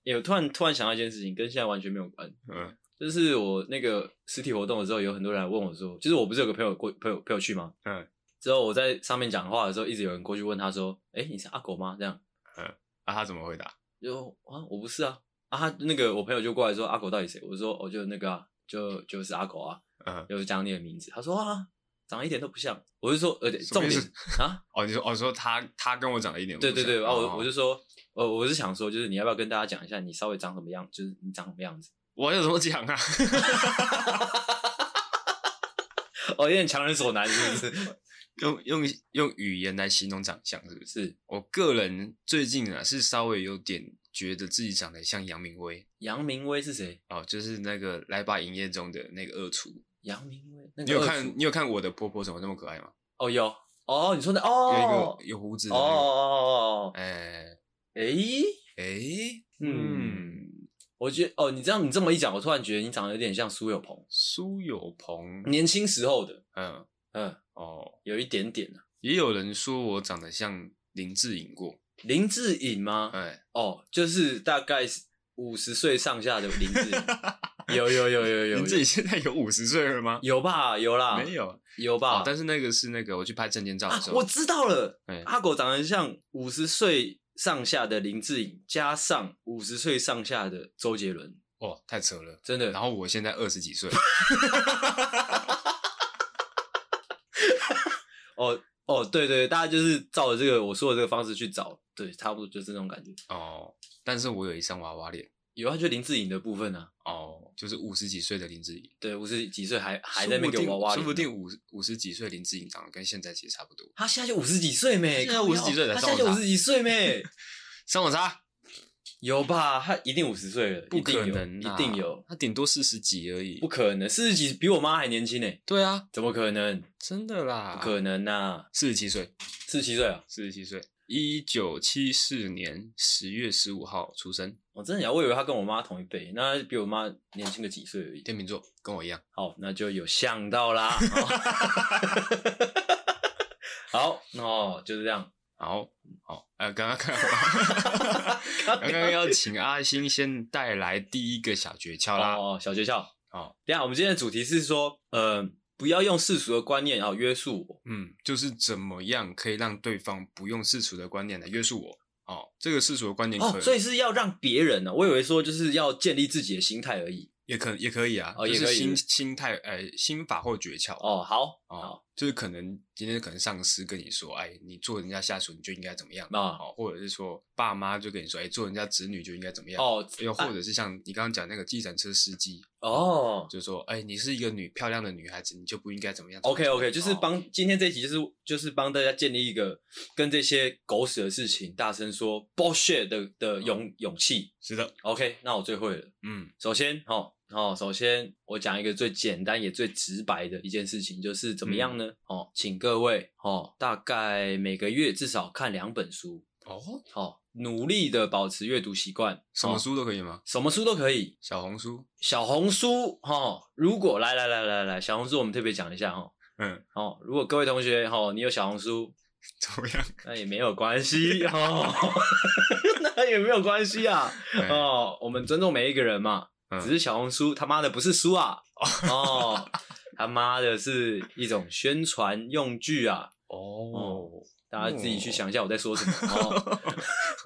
S1: 有突然突然想到一件事情，跟现在完全没有关。
S2: 嗯，
S1: 就是我那个实体活动的时候，有很多人来问我说，就是我不是有个朋友过朋友朋友去吗？
S2: 嗯。
S1: 之后我在上面讲话的时候，一直有人过去问他说：“哎、你是阿狗吗？”这样
S2: 那啊他怎么回答？
S1: 就啊，我不是啊。啊，他那个我朋友就过来说：“阿狗到底谁？”我说：“我、就那个啊，就就是阿狗啊。”
S2: 嗯，
S1: 就是讲你的名字。他说啊，长得一点都不像。我是说，呃，
S2: 什么
S1: 重
S2: 意思
S1: 点啊，
S2: 哦，你说哦，说他他跟我长得一点
S1: 对对对，啊，
S2: 哦，
S1: 我我就说，呃，我是想说，就是你要不要跟大家讲一下，你稍微长什么样，就是你长什么样子？
S2: 我有什么讲啊？ [laughs]
S1: 哦，有点强人所难，是不是？
S2: 用用用语言来形容长相是不是？
S1: 是
S2: 我个人最近啊是稍微有点觉得自己长得像杨明威
S1: 杨明威是谁？
S2: 哦，就是那个《来吧营业中》的那个二厨。
S1: 杨明威，那
S2: 你
S1: 个
S2: 有
S1: 二
S2: 看
S1: 厨
S2: 你有看我的婆婆怎么那么可爱吗？
S1: 哦，有哦，你说的
S2: 有一
S1: 哦，
S2: 个有胡子
S1: 哦
S2: 的、
S1: 哦
S2: 那个。
S1: 哦哦，
S2: 哎
S1: 诶，
S2: 哎，
S1: 嗯
S2: 嗯，
S1: 我觉得哦，你这样你这么一讲，我突然觉得你长得有点像苏有朋，
S2: 苏有朋，
S1: 年轻时候的，
S2: 嗯，
S1: 嗯，
S2: 哦，
S1: 有一点点啊。
S2: 也有人说我长得像林志颖过，
S1: 林志颖吗？
S2: 哎，
S1: 哦，就是大概五十岁上下的林志颖，有有有有有啊
S2: 林志颖现在有五十岁了吗？
S1: 有吧？有啦，
S2: 没有
S1: 有吧
S2: 哦，？但是那个是那个我去拍证件照的
S1: 啊
S2: 时，候，
S1: 我知道了，
S2: 哎
S1: 阿狗长得像五十岁上下的林志颖，加上五十岁上下的周杰伦，
S2: 哦，太扯了。
S1: 真的
S2: 然。后我现在二十几岁，
S1: 哦哦，对对，大家就是照着这个我说的这个方式去找，对，差不多就是那种感觉。
S2: 哦，但是我有一张娃娃脸，
S1: 有啊，就林志颖的部分啊，
S2: 哦，就是五十几岁的林志颖，
S1: 对，五十几岁还还在那边给娃娃
S2: 说
S1: 脸
S2: 不定五五十几岁林志颖长得跟现在其实差不多。
S1: 他现在就五十几岁没，
S2: 现在
S1: 靠
S2: 50几岁
S1: 腰他
S2: 才
S1: 现在
S2: 上
S1: 就
S2: 网
S1: 五
S2: 查
S1: 十几岁没。
S2: 上网查，
S1: [laughs] 有吧？他一定五十岁了，
S2: 不
S1: 一定
S2: 可
S1: 有
S2: 能、啊，
S1: 一定有，
S2: 他顶多四十几而已
S1: 不。可能，四十几比我妈还年轻呢，
S2: 对啊，
S1: 怎么可能？
S2: 真的啦，
S1: 不可能呐、
S2: 四十七岁，
S1: 四十七岁啊！
S2: 四十七岁，一九七四年十月十五号出生，
S1: 我真的假的？我以为她跟我妈同一辈，那她比我妈年轻个几岁而已。
S2: 天秤座，跟我一样。
S1: 好，那就有想到 [laughs] 啦。好，哦，就是这样。
S2: 好，好，呃，刚刚看好，
S1: [laughs]
S2: 刚刚要请阿星先带来第一个小诀窍啦。
S1: 哦，小诀窍。
S2: 哦，
S1: 等一下我们今天的主题是说，呃，不要用世俗的观念哦约束我。
S2: 嗯，就是怎么样可以让对方不用世俗的观念来约束我？哦，这个世俗的观念可
S1: 哦，所以是要让别人呢、哦我以为说就是要建立自己的心态而已。
S2: 也可也可以啊，
S1: 哦
S2: 就
S1: 也可
S2: 是
S1: 以
S2: 心心态呃心法或诀窍
S1: 哦，好，
S2: 哦，就是可能今天可能上司跟你说，哎，你做人家下属你就应该怎么样
S1: 啊
S2: 哦，或者是说爸妈就跟你说，哎，做人家子女就应该怎么样，
S1: 哦
S2: 又或者是像你刚刚讲那个计程车司机，
S1: 哦
S2: 就说，哎，你是一个女漂亮的女孩子，你就不应该怎么样。
S1: ，OK
S2: 怎么
S1: OK，
S2: 样
S1: 就是
S2: 哦
S1: 帮今天这一集就是就是帮大家建立一个跟这些狗屎的事情大声说 bullshit 的的
S2: 嗯
S1: 勇、勇气。
S2: 是的，
S1: OK，那我最会了。
S2: 嗯，
S1: 首先，哦哦，首先我讲一个最简单也最直白的一件事情，就是怎么
S2: 嗯
S1: 样呢？哦，请各位哦，大概每个月至少看两本书，
S2: 哦，
S1: 哦，努力的保持阅读习惯。
S2: 什么
S1: 哦？
S2: 书都可以吗？
S1: 什么书都可以。
S2: 小红书，
S1: 小红书哦，如果来来来来来，小红书我们特别讲一下哦。
S2: 嗯，
S1: 哦，如果各位同学哦，你有小红书，
S2: 怎么
S1: [laughs]
S2: 样？
S1: 那也没有关系哦， [laughs] 那也没有关系啊。
S2: 哎
S1: 哦，我们尊重每一个人嘛，
S2: 嗯
S1: 只是小红书他妈的不是书
S2: [laughs]
S1: 啊，哦，他妈的是一种宣传用具啊，
S2: 哦，
S1: 大家自己去想一下我在说什么
S2: [laughs]
S1: 哦。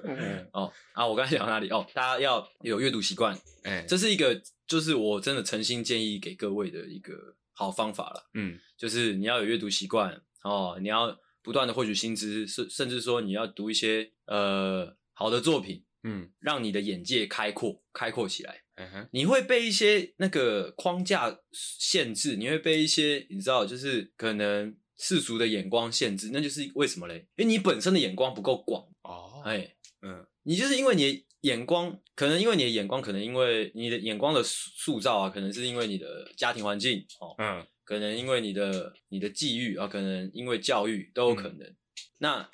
S2: 嗯
S1: 哦啊，我刚才讲到哪里？哦，大家要有阅读习惯，
S2: 哎，
S1: 这是一个就是我真的诚心建议给各位的一个好方法了。
S2: 嗯
S1: 就是你要有阅读习惯哦，你要不断的获取新知，甚甚至说你要读一些呃好的作品，
S2: 嗯
S1: 让你的眼界开阔开阔起来。
S2: 嗯哼，
S1: 你会被一些那个框架限制，你会被一些你知道，就是可能世俗的眼光限制，那就是为什么嘞？因为你本身的眼光不够广，
S2: 哦，
S1: 哎、
S2: 嗯
S1: 你就是因为你的眼光，可能因为你的眼光，可能因为你的眼光的塑塑造啊，可能是因为你的家庭环境哦，
S2: 嗯
S1: 可能因为你的你的际遇啊，可能因为教育都有可能。那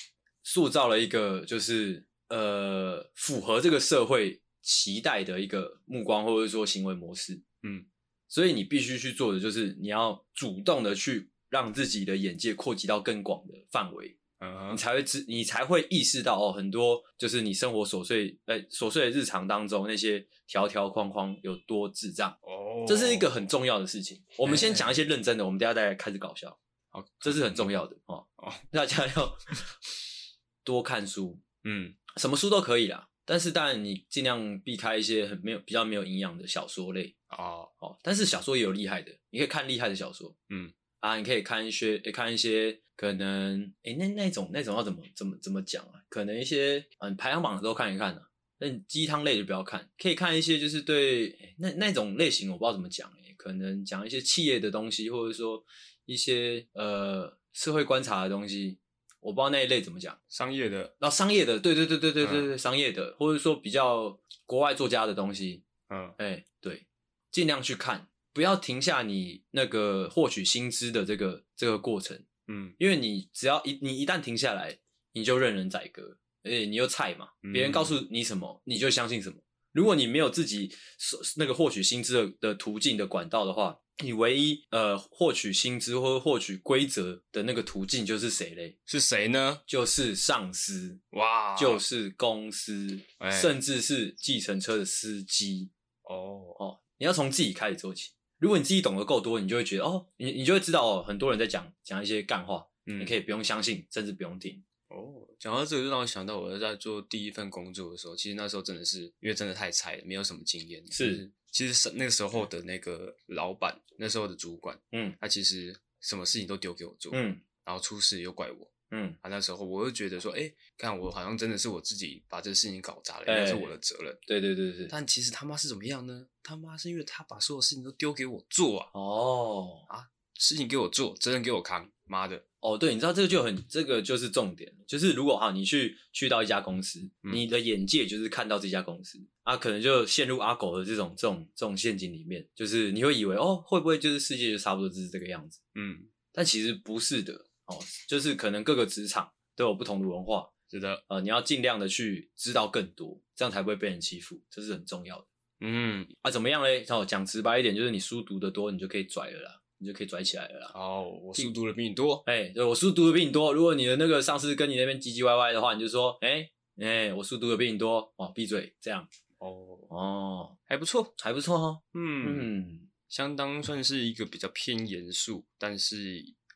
S1: 塑造了一个就是呃符合这个社会期待的一个目光，或者说行为模式。
S2: 嗯，
S1: 所以你必须去做的就是你要主动的去让自己的眼界扩及到更广的范围，[laughs]
S2: 嗯
S1: 你，才会知，你才会意识到哦，很多就是你生活琐碎呃琐碎的日常当中那些条条框框有多智障。
S2: 哦
S1: 这是一个很重要的事情。我们先
S2: 哎
S1: 讲一些认真的，我们等一下再来开始搞笑。
S2: 好，
S1: 这是很重要的哦
S2: 哦。
S1: 大家要 [laughs] 多看书，
S2: 嗯
S1: 什么书都可以啦，但是当然你尽量避开一些很没有比较没有营养的小说类
S2: 哦
S1: 哦。但是小说也有厉害的，你可以看厉害的小说。
S2: 嗯，
S1: 啊，你可以看一些看一些可能诶、那那种那种要怎么怎么怎么讲啊？可能一些嗯排行榜的都看一看啊。那你鸡汤类就不要看，可以看一些就是对诶那那种类型我不知道怎么讲诶、可能讲一些企业的东西，或者说一些呃社会观察的东西，我不知道那一类怎么讲。
S2: 商业的，
S1: 然后商业的，对对对对对对对，商业的，或者说比较国外作家的东西，
S2: 嗯
S1: 哎、对，尽量去看，不要停下你那个获取薪资的这个这个过程，
S2: 嗯
S1: 因为你只要一你一旦停下来，你就任人宰割，而且你又菜嘛，
S2: 嗯
S1: 别人告诉你什么，你就相信什么。如果你没有自己所那个获取薪资的的途径的管道的话，你唯一呃获取薪资或获取规则的那个途径就是谁嘞？
S2: 是谁呢？
S1: 就是上司。
S2: 哇，
S1: 就是公司，
S2: 啊哎
S1: 甚至是计程车的司机
S2: 哦，
S1: 哦。你要从自己开始做起。如果你自己懂得够多，你就会觉得哦，你你就会知道、哦、很多人在讲讲一些干话，
S2: 嗯
S1: 你可以不用相信，甚至不用听。
S2: 哦，讲到这个，就让我想到我在做第一份工作的时候，其实那时候真的是因为真的太菜了，没有什么经验。
S1: 是
S2: 就，其实是那个时候的那个老板，那时候的主管，
S1: 嗯
S2: 他其实什么事情都丢给我做，，
S1: 嗯
S2: 然后出事又怪我。
S1: 嗯，
S2: 啊，那时候我就觉得说，哎、看我好像真的是我自己把这个事情搞砸了，
S1: 哎
S2: 那是我的责任。
S1: 对对对对对。
S2: 但其实他妈是怎么样呢？他妈是因为他把所有事情都丢给我做啊，
S1: 哦
S2: 事情给我做，责任给我扛，妈的，
S1: 哦，对，你知道这个就很，这个就是重点，就是如果哈，你去去到一家公司，
S2: 嗯
S1: 你的眼界就是看到这家公司啊，可能就陷入阿狗的这种这种这种陷阱里面，就是你会以为哦，会不会就是世界就差不多就是这个样子？
S2: 嗯，
S1: 但其实不是的哦，就是可能各个职场都有不同的文化，
S2: 是的，
S1: 呃，你要尽量的去知道更多，这样才不会被人欺负，这是很重要的
S2: 嗯，
S1: 啊。怎么样嘞？哦，讲直白一点，就是你书读得多，你就可以拽了啦，你就可以拽起来了啦。
S2: 哦，我速度的比你多，
S1: 哎、对我书读的比你多，如果你的那个上司跟你那边唧唧歪歪的话，你就说，哎、哎、我书读的比你多，哦，闭嘴，这样
S2: 哦，
S1: 哦，
S2: 还不错，
S1: 还不错哦。
S2: 嗯，
S1: 嗯，
S2: 相当算是一个比较偏严肃，但是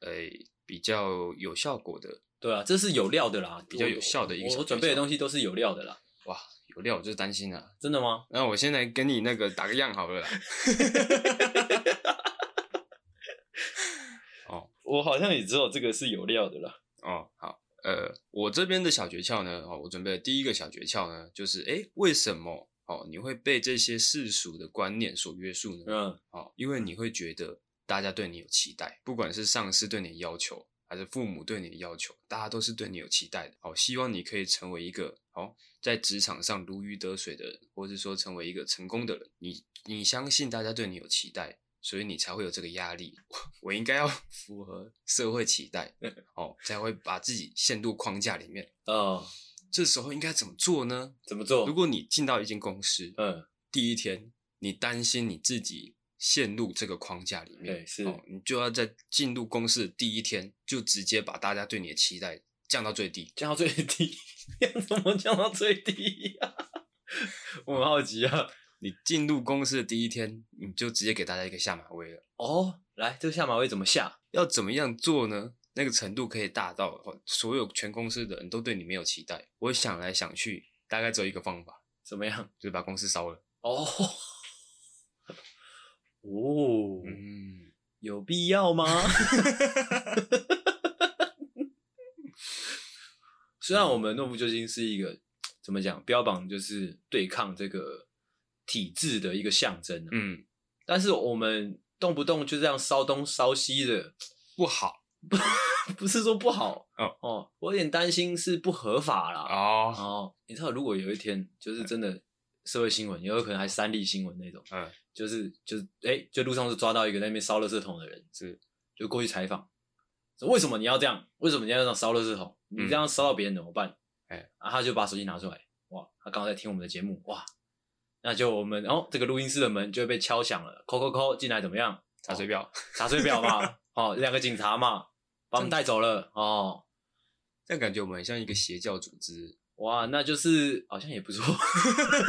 S2: 诶、比较有效果的，
S1: 对啊，这是有料的啦，
S2: 比较有
S1: 我
S2: 效的一个
S1: 我
S2: 小
S1: 我
S2: 技
S1: 准备的
S2: 巧
S1: 东西都是有料的啦，
S2: 哇，有料我就是担心啊。
S1: 真的吗？
S2: 那我先来跟你那个打个样好了啦。 [laughs]
S1: 我好像也知道这个是有料的啦。
S2: 哦，好，呃，我这边的小诀窍呢，哦，我准备的第一个小诀窍呢，就是诶，为什么哦你会被这些世俗的观念所约束呢？
S1: 嗯，
S2: 哦，因为你会觉得大家对你有期待，不管是上司对你的要求，还是父母对你的要求，大家都是对你有期待的。哦，希望你可以成为一个哦在职场上如鱼得水的人，或是说成为一个成功的人。你你相信大家对你有期待。所以你才会有这个压力， [laughs] 我我应该要符合社会期待哦，才会把自己陷入框架里面。
S1: 哦，
S2: 这时候应该怎么做呢？
S1: 怎么做
S2: 如？果你进到一间公司，
S1: 嗯，
S2: 第一天，你担心你自己陷入这个框架里面，
S1: 对是
S2: 哦，你就要在进入公司的第一天就直接把大家对你的期待降到最低。
S1: 降到最低， [laughs] 要怎么降到最低呀、 [laughs] 我很好奇啊。
S2: 你进入公司的第一天，你就直接给大家一个下马威了。
S1: 哦，来，这个下马威怎么下？
S2: 要怎么样做呢？那个程度可以大到哦所有全公司的人都对你没有期待。我想来想去，大概只有一个方法，
S1: 怎么样？
S2: 就是把公司烧了。
S1: 哦，哦，
S2: 嗯，
S1: 有必要吗？ [laughs] 虽然我们诺夫究竟是一个怎么讲，标榜就是对抗这个体制的一个象征、啊，
S2: 嗯，
S1: 但是我们动不动就这样烧东烧西的，
S2: 不好
S1: 不是说不好
S2: 哦
S1: 哦，我有点担心是不合法啦。
S2: 哦。哎
S1: 哦，你知道，如果有一天就是真的社会新闻，也有可能还三立新闻那种，
S2: 嗯，
S1: 就是就是哎、就路上是抓到一个在那边烧垃圾桶的人，
S2: 是
S1: 就过去采访，说为什么你要这样？为什么你要这样烧垃圾桶？你这样烧到别人怎么办？
S2: 嗯哎
S1: 啊，他就把手机拿出来，哇，他刚好在听我们的节目，哇，那就我们哦，这个录音室的门就会被敲响了，扣扣扣进来怎么样？
S2: 查水表， [laughs]
S1: 查水表嘛，哦，两个警察嘛，把我们带走了，哦，
S2: 这样感觉我们很像一个邪教组织。
S1: 哇，那就是好像也不错，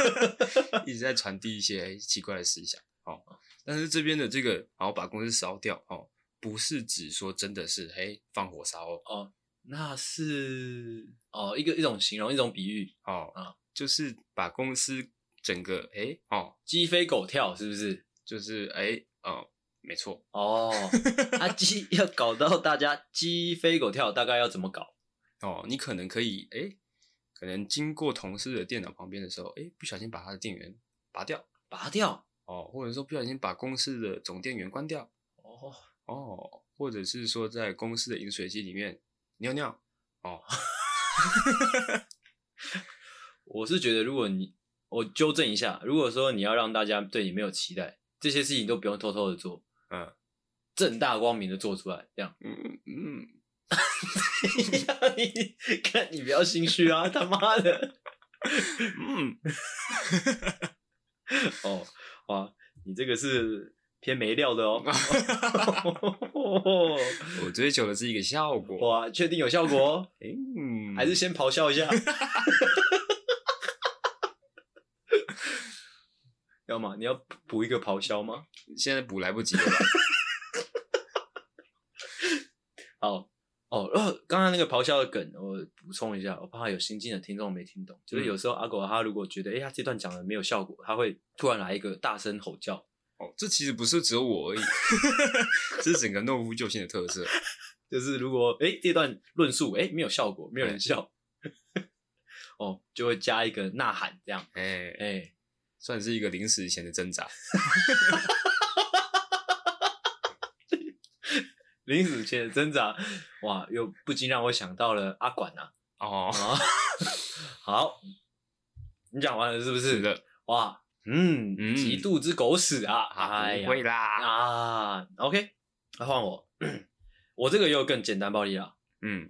S1: [laughs]
S2: 一直在传递一些奇怪的思想哦。但是这边的这个，然后把公司烧掉哦，不是指说真的是嘿放火烧哦，
S1: 那是哦一个一种形容，一种比喻，
S2: 哦
S1: 啊
S2: 就是把公司整个哎哦，
S1: 鸡飞狗跳是不是？
S2: 就是哎哦没错，
S1: 哦，啊鸡要搞到大家鸡飞狗跳，大概要怎么搞？
S2: 哦，你可能可以，哎，可能经过同事的电脑旁边的时候，哎，不小心把他的电源拔掉，
S1: 拔掉
S2: 哦，或者说不小心把公司的总电源关掉，
S1: 哦，
S2: 哦，或者是说在公司的饮水机里面尿尿，
S1: 我是觉得如果你我纠正一下，如果说你要让大家对你没有期待，这些事情都不用偷偷的做，
S2: 嗯。
S1: 正大光明的做出来，这样
S2: 嗯嗯，
S1: [laughs] 你看你不要心虚啊，他妈的！
S2: 嗯，
S1: 哦，哇，你这个是偏没料的哦。
S2: 我追求的是一个效果，
S1: 哇，确定有效果哦？
S2: 诶嗯，
S1: 还是先咆哮一下？要吗？你要补一个咆哮吗？
S2: 现在补来不及了吧？
S1: 好哦，然后刚刚那个咆哮的梗，我补充一下，我怕有新进的听众没听懂，就是有时候阿狗他如果觉得，哎、他这段讲的没有效果，他会突然来一个大声吼叫。
S2: 哦，这其实不是只有我而
S1: [laughs]
S2: 已，这是整个懦夫救星的特色。
S1: 就是如果哎、诶这段论述哎、诶没有效果，没有人笑， [laughs] 哦，就会加一个呐喊这样，
S2: 哎、
S1: 哎、
S2: 算是一个临死前的挣扎。
S1: 临死前的挣扎，哇，又不禁让我想到了阿管啊，
S2: 哦，
S1: 啊，好，你讲完了是不是？
S2: 是的，
S1: 哇，嗯，
S2: 嗯
S1: 极度之狗屎啊，哎
S2: 不
S1: 呀，
S2: 会啦。
S1: 啊，OK，那换我， [coughs] 我这个又更简单暴力了。
S2: 嗯，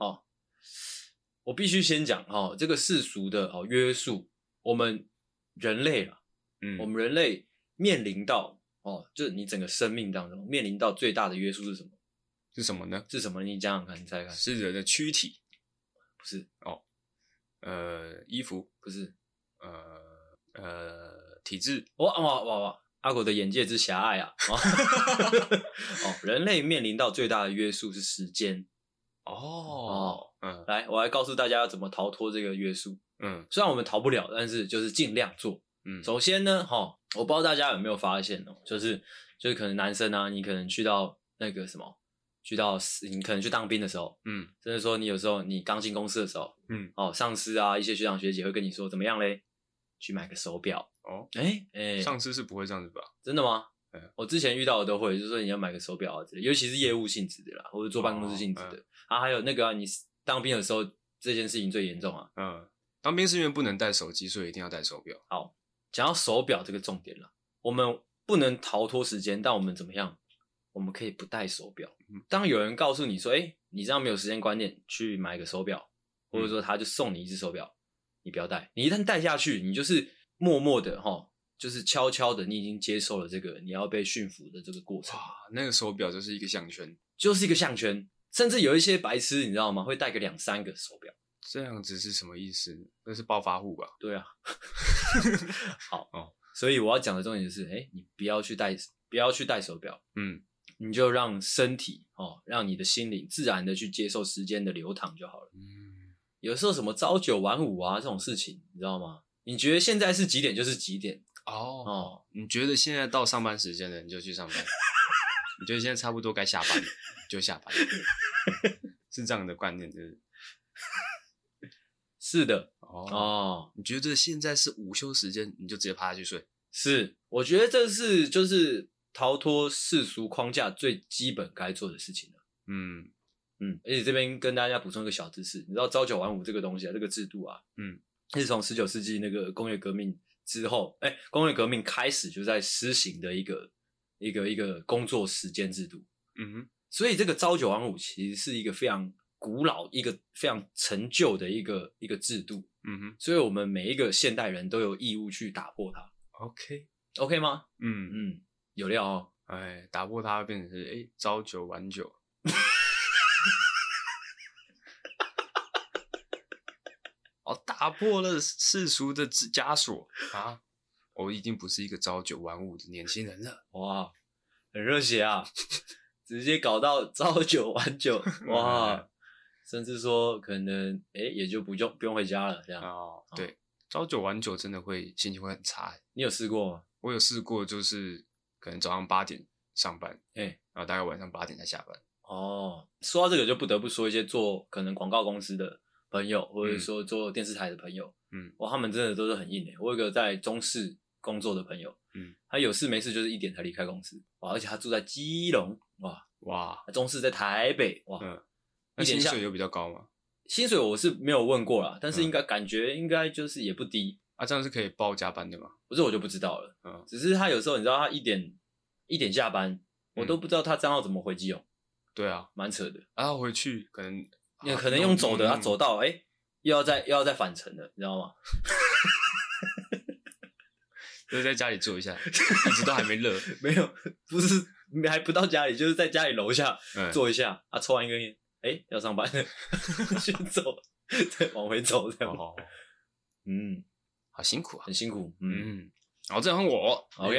S1: 我必须先讲哦，这个世俗的哦约束，我们人类啊，
S2: 嗯，
S1: 我们人类面临到哦，就是你整个生命当中面临到最大的约束是什么？
S2: 是什么呢？
S1: 是什么？你想想看，你猜猜看，
S2: 是人的躯体，哦
S1: 不是，
S2: 呃，衣服，
S1: 不是，哦
S2: 呃呃，体质，
S1: 哇哇哇哇！阿狗的眼界之狭隘啊！
S2: [laughs]
S1: 哦，哦人类面临到最大的约束是时间。
S2: 哦，嗯
S1: 来，我来告诉大家要怎么逃脱这个约束。
S2: 嗯
S1: 虽然我们逃不了，但是就是尽量做。
S2: 嗯，
S1: 首先呢，哈，我不知道大家有没有发现哦，就是就是可能男生啊，你可能去到那个什么，去到你可能去当兵的时候，
S2: 嗯
S1: 甚至说你有时候你刚进公司的时候，
S2: 嗯，
S1: 哦，上司啊，一些学长学姐会跟你说怎么样嘞，去买个手表，
S2: 哦，
S1: 哎哎，
S2: 上司是不会这样子吧？
S1: 真的吗
S2: 嗯？
S1: 我之前遇到的都会，就是说你要买个手表啊之类，尤其是业务性质的啦，或者做办公室性质的、
S2: 哦
S1: 啊，还有那个啊、你当兵的时候这件事情最严重啊，
S2: 嗯，当兵是因为不能带手机，所以一定要带手表。
S1: 讲到手表这个重点了，我们不能逃脱时间，但我们怎么样？我们可以不戴手表
S2: 嗯。
S1: 当有人告诉你说：“哎、你这样没有时间观念，去买个手表，或者
S2: 嗯
S1: 说他就送你一只手表，你不要戴。你一旦戴下去，你就是默默的哈，就是悄悄的，你已经接受了这个你要被驯服的这个过程，
S2: 哇，那个手表就是一个项圈，
S1: 就是一个项圈。甚至有一些白痴，你知道吗？会戴个两三个手表。
S2: 这样子是什么意思？那是暴发户吧？
S1: 对
S2: [laughs]
S1: 啊， [laughs] 好
S2: 哦
S1: 所以我要讲的重点就是：哎、你不要去戴，不要去戴手表。
S2: 嗯
S1: 你就让身体哦，让你的心灵自然的去接受时间的流淌就好了。
S2: 嗯，
S1: 有时候什么朝九晚五啊这种事情，你知道吗？你觉得现在是几点就是几点
S2: 哦，
S1: 哦，
S2: 你觉得现在到上班时间了，你就去上班；你觉得现在差不多该下班了，你就下班。是这样的观念，就是
S1: 是的
S2: 哦。
S1: 哦，
S2: 你觉得现在是午休时间，你就直接趴下去睡。
S1: 是，我觉得这是就是逃脱世俗框架最基本该做的事情了。
S2: 嗯
S1: 嗯，而且这边跟大家补充一个小知识，你知道朝九晚五这个东西啊，这个制度啊，
S2: 嗯，
S1: 是从十九世纪那个工业革命之后，哎、工业革命开始就在施行的一个一个一个工作时间制度。
S2: 嗯哼
S1: 所以这个朝九晚五其实是一个非常古老、一个非常陈旧的一个一个制度，
S2: 嗯哼
S1: 所以我们每一个现代人都有义务去打破它
S2: ，OK，
S1: ，OK 吗？
S2: 嗯嗯，
S1: 嗯，有料哦。
S2: 哎，打破它会变成是哎朝九晚九。 [laughs] 哦，打破了世俗的制枷锁啊！我已经不是一个朝九晚五的年轻人了。
S1: 哇，很热血啊！直接搞到朝九晚
S2: [laughs]
S1: 九，哇，甚至说可能哎、诶也就不用不用回家了这样。
S2: 哦，对，朝九晚九真的会心情会很差欸。
S1: 你有试过吗？
S2: 我有试过，就是可能早上八点上班，
S1: 哎
S2: 然后大概晚上八点才下班。
S1: 哦，说到这个，就不得不说一些做可能广告公司的朋友，或者说做电视台的朋友，
S2: 嗯，
S1: 哇，他们真的都是很硬的、欸我有一个在中视工作的朋友，
S2: 嗯，
S1: 他有事没事就是一点才离开公司，哇，而且他住在基隆，哇，
S2: 哇，
S1: 中视在台北，哇，
S2: 嗯
S1: 一
S2: 那
S1: 点
S2: 薪
S1: 像
S2: 水有比较高吗？
S1: 薪水我是没有问过啦，但是
S2: 嗯
S1: 应该感觉应该就是也不低，
S2: 啊，这样是可以报加班的吗？
S1: 不是我就不知道了，
S2: 嗯
S1: 只是他有时候你知道他一点一点下班，我
S2: 嗯
S1: 都不知道他账号怎么回基隆，
S2: 对啊，
S1: 蛮扯的。
S2: 啊，回去可能
S1: 也可能用走的，
S2: 啊
S1: 他走到哎、诶又要再又要再返程了，你知道吗？ [laughs]
S2: 就是在家里坐
S1: [laughs]
S2: 一下，一直都还没热。
S1: 没有，不是还不到家里，就是在家里楼下
S2: 嗯，
S1: 坐一下，啊，抽完一根烟，哎、要上班了， [laughs] 先 [laughs] 走，再往回走这样。
S2: 哦，
S1: 嗯，
S2: 好辛苦啊。
S1: 很辛苦，嗯，
S2: 嗯，好，再换我。
S1: OK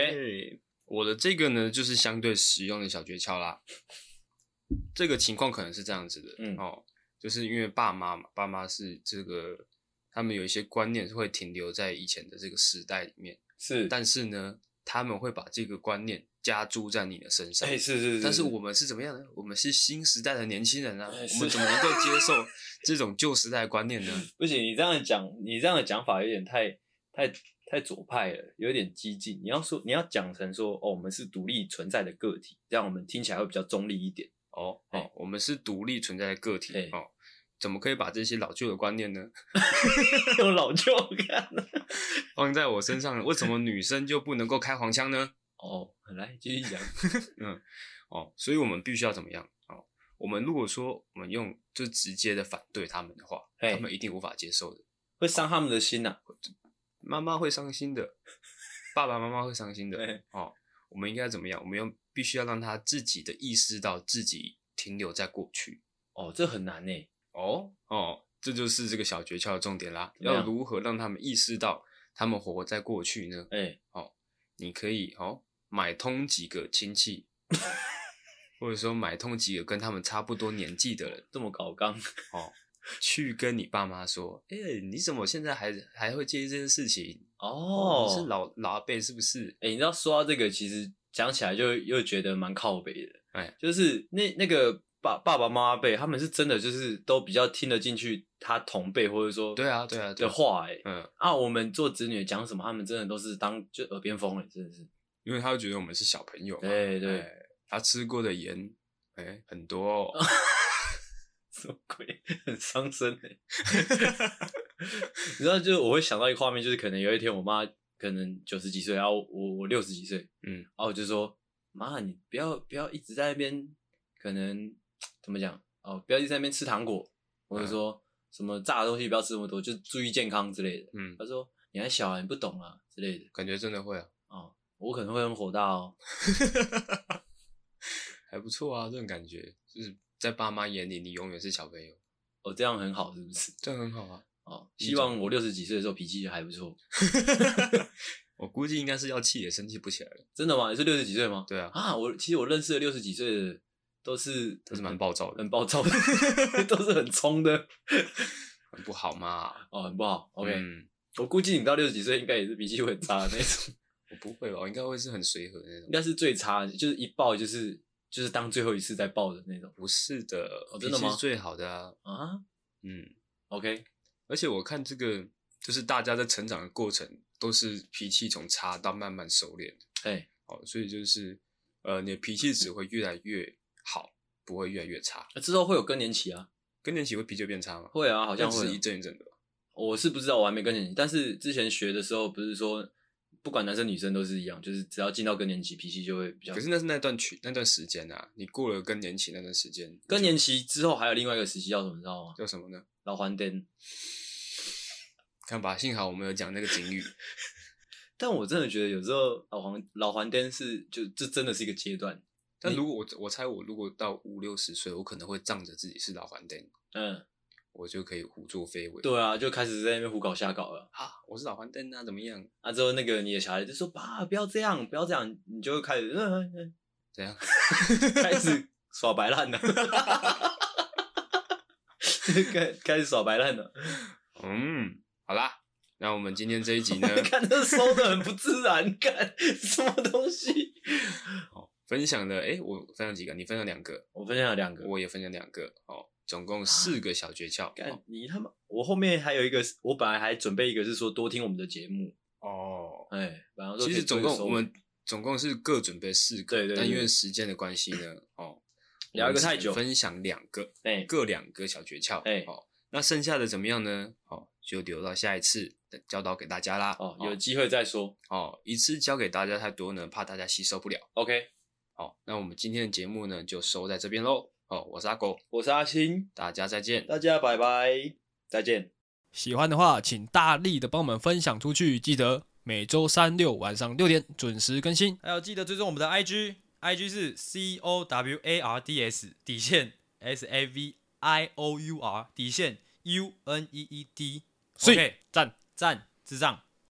S2: 哎我的这个呢，就是相对实用的小诀窍啦。这个情况可能是这样子的，
S1: 嗯
S2: 哦，就是因为爸妈嘛，爸妈是这个，他们有一些观念是会停留在以前的这个时代里面，
S1: 是，
S2: 但是呢，他们会把这个观念加诸在你的身上。
S1: 哎、是是是，
S2: 但是我们是怎么样呢？我们是新时代的年轻人啊，
S1: 哎
S2: 我
S1: 是
S2: 们怎么能够接受这种旧时代的观念呢？
S1: [laughs] 不行，你这样讲，你这样的讲法有点太太太左派了，有点激进。你要说你要讲成说哦，我们是独立存在的个体，这样我们听起来会比较中立一点。 [laughs]
S2: 哦
S1: 哎
S2: 哦，我们是独立存在的个体
S1: 哎
S2: 哦，怎么可以把这些老旧的观念呢
S1: 有老旧感了。
S2: 放在我身上呢？为什么女生就不能够开黄腔呢？
S1: 哦，来继续讲。
S2: 哦，所以我们必须要怎么样？哦，我们如果说我们用就直接的反对他们的话，
S1: 哎
S2: 他们一定无法接受的。
S1: 会伤他们的心呐、
S2: 妈妈会伤心的，爸爸妈妈会伤心的
S1: 对。
S2: 哦，我们应该怎么样？我们要必须要让他自己的意识到自己停留在过去。
S1: 哦，这很难呢。
S2: 哦哦，这就是这个小诀窍的重点啦。
S1: 怎么样
S2: 要如何让他们意识到他们活在过去呢？
S1: 哎、
S2: 你可以哦，买通几个亲戚，或者说买通几个跟他们差不多年纪的人
S1: 这么搞刚，
S2: 哦，去跟你爸妈说：“哎、你怎么现在还还会介意这件事情？
S1: 哦
S2: 你是老老阿辈是不是？”
S1: 哎、你知道说到这个，其实讲起来就又觉得蛮靠北的。
S2: 哎
S1: 就是那那个爸爸爸妈妈辈，他们是真的就是都比较听得进去他同辈或者说
S2: 对啊，对啊，对
S1: 的
S2: 啊，
S1: 话、哎
S2: 嗯，
S1: 啊，我们做子女讲什么，他们真的都是当就耳边风了，真的是。
S2: 因为他会觉得我们是小朋友嘛，
S1: 对对
S2: 哎他吃过的盐哎、很多、
S1: [laughs]
S2: 哦。
S1: 什么鬼？很伤身欸 [laughs] 你知道，就是我会想到一个画面，就是可能有一天我妈可能九十几岁，然后我我六十几岁，
S2: 嗯
S1: 然后我就说妈，你不要不要一直在那边，可能怎么讲哦，不要一直在那边吃糖果，
S2: 嗯
S1: 或者说、什么炸的东西不要吃那么多，就注意健康之类的。
S2: 嗯，
S1: 她说你还小啊，你不懂啊之类的。
S2: 感觉真的会啊。
S1: 我可能会很火大哦，
S2: 还不错啊，这种感觉就是在爸妈眼里，你永远是小朋友，
S1: 哦这样很好是不是？
S2: 这样很好啊。
S1: 哦，
S2: 一
S1: 希
S2: 种
S1: 望我六十几岁的时候脾气还不错。
S2: 我估计应该是要气也生气不起来了。
S1: 真的吗？你是六十几岁吗？
S2: 对啊，
S1: 啊，我其实我认识的六十几岁的都是
S2: 都是蛮暴躁的
S1: 很，暴
S2: [laughs]
S1: 躁的，都是很冲的，
S2: 很不好
S1: [laughs]
S2: 嘛。
S1: 哦，很不好。OK，、
S2: 嗯
S1: 我估计你到六十几岁应该也是脾气会很差的那种， [laughs]
S2: 我不会吧？我应该会是很随和的那
S1: 应
S2: 种。
S1: 该是最差的，就是一爆就是就是当最后一次再爆的那种
S2: 不是的，
S1: 哦真的吗
S2: 脾气是最好的啊。
S1: 啊。
S2: 嗯，
S1: OK，
S2: 而且我看这个，就是大家在成长的过程，都是脾气从差到慢慢收敛。
S1: 哎，
S2: 哦，所以就是，呃，你的脾气只会越来越好，不会越来越差。
S1: 那之后会有更年期啊？
S2: 更年期会脾气变差吗？
S1: 会啊，好
S2: 好
S1: 像
S2: 是
S1: 会
S2: 一
S1: 啊。
S2: 阵一阵的吧。
S1: 我是不知道，我还没更年期，但是之前学的时候不是说。不管男生女生都是一样，就是只要进到更年期，脾气就会比较。
S2: 可是那是那段曲那段时间啊，你过了更年期那段时间，
S1: 更年期之后还有另外一个时期叫什么，你知道吗？
S2: 叫什么呢？
S1: 老还灯。
S2: 看吧，幸好我们有讲那个
S1: [laughs]
S2: 警语，
S1: 但我真的觉得有时候老黄老黄颠是就这真的是一个阶段，
S2: 但如果我我猜我如果到五六十岁，我可能会仗着自己是老还灯，
S1: 嗯，
S2: 我就可以胡作非为。
S1: 对啊，就开始在那边胡搞瞎搞了
S2: 啊，我是老还灯啊，怎么样？
S1: 啊。之后那个你的小孩就说爸不要这样，不要这样，你就会开始、嗯嗯
S2: 怎样？ [laughs]
S1: 嗯开始耍白烂了， [laughs] 开开始耍白烂了， [laughs]
S2: 嗯，好啦，那我们今天
S1: [laughs]，
S2: 这一集呢
S1: 看这收的很不自然，看什么东西，
S2: 分享了，诶，我分享几个，你分享两个，
S1: 我分享了两个，啊
S2: 我也分享两个，哦，总共四个小诀窍。哦
S1: 干你他妈！我后面还有一个是，我本来还准备一个是说多听我们的节目，
S2: 哦，
S1: 哎，然后
S2: 其实总共我们总共是各准备四个，
S1: 对对对
S2: 但因为时间的关系呢，哦，
S1: 聊
S2: 我
S1: 一
S2: 们
S1: 个太
S2: 只
S1: 久
S2: 分享两个，
S1: 哎
S2: 各两个小诀窍。
S1: 哎
S2: 哦，那剩下的怎么样呢？哦，就留到下一次的教导给大家啦。
S1: 哦有机会再说
S2: 哦，一次教给大家太多呢，怕大家吸收不了。
S1: ，OK，
S2: 好，那我们今天的节目呢，就收在这边喽。哦，我是阿狗，
S1: 我是阿星，
S2: 大家再见。
S1: 大家拜拜，再见。
S3: 喜欢的话，请大力的帮我们分享出去，记得每周三六晚上六点准时更新。
S4: 还有记得追踪我们的 IG，IG 是 C O W A R D S 底线 S A V I O U R 底线 U N E E D。
S3: 所以
S4: OK，
S3: 赞。
S4: 赞智障。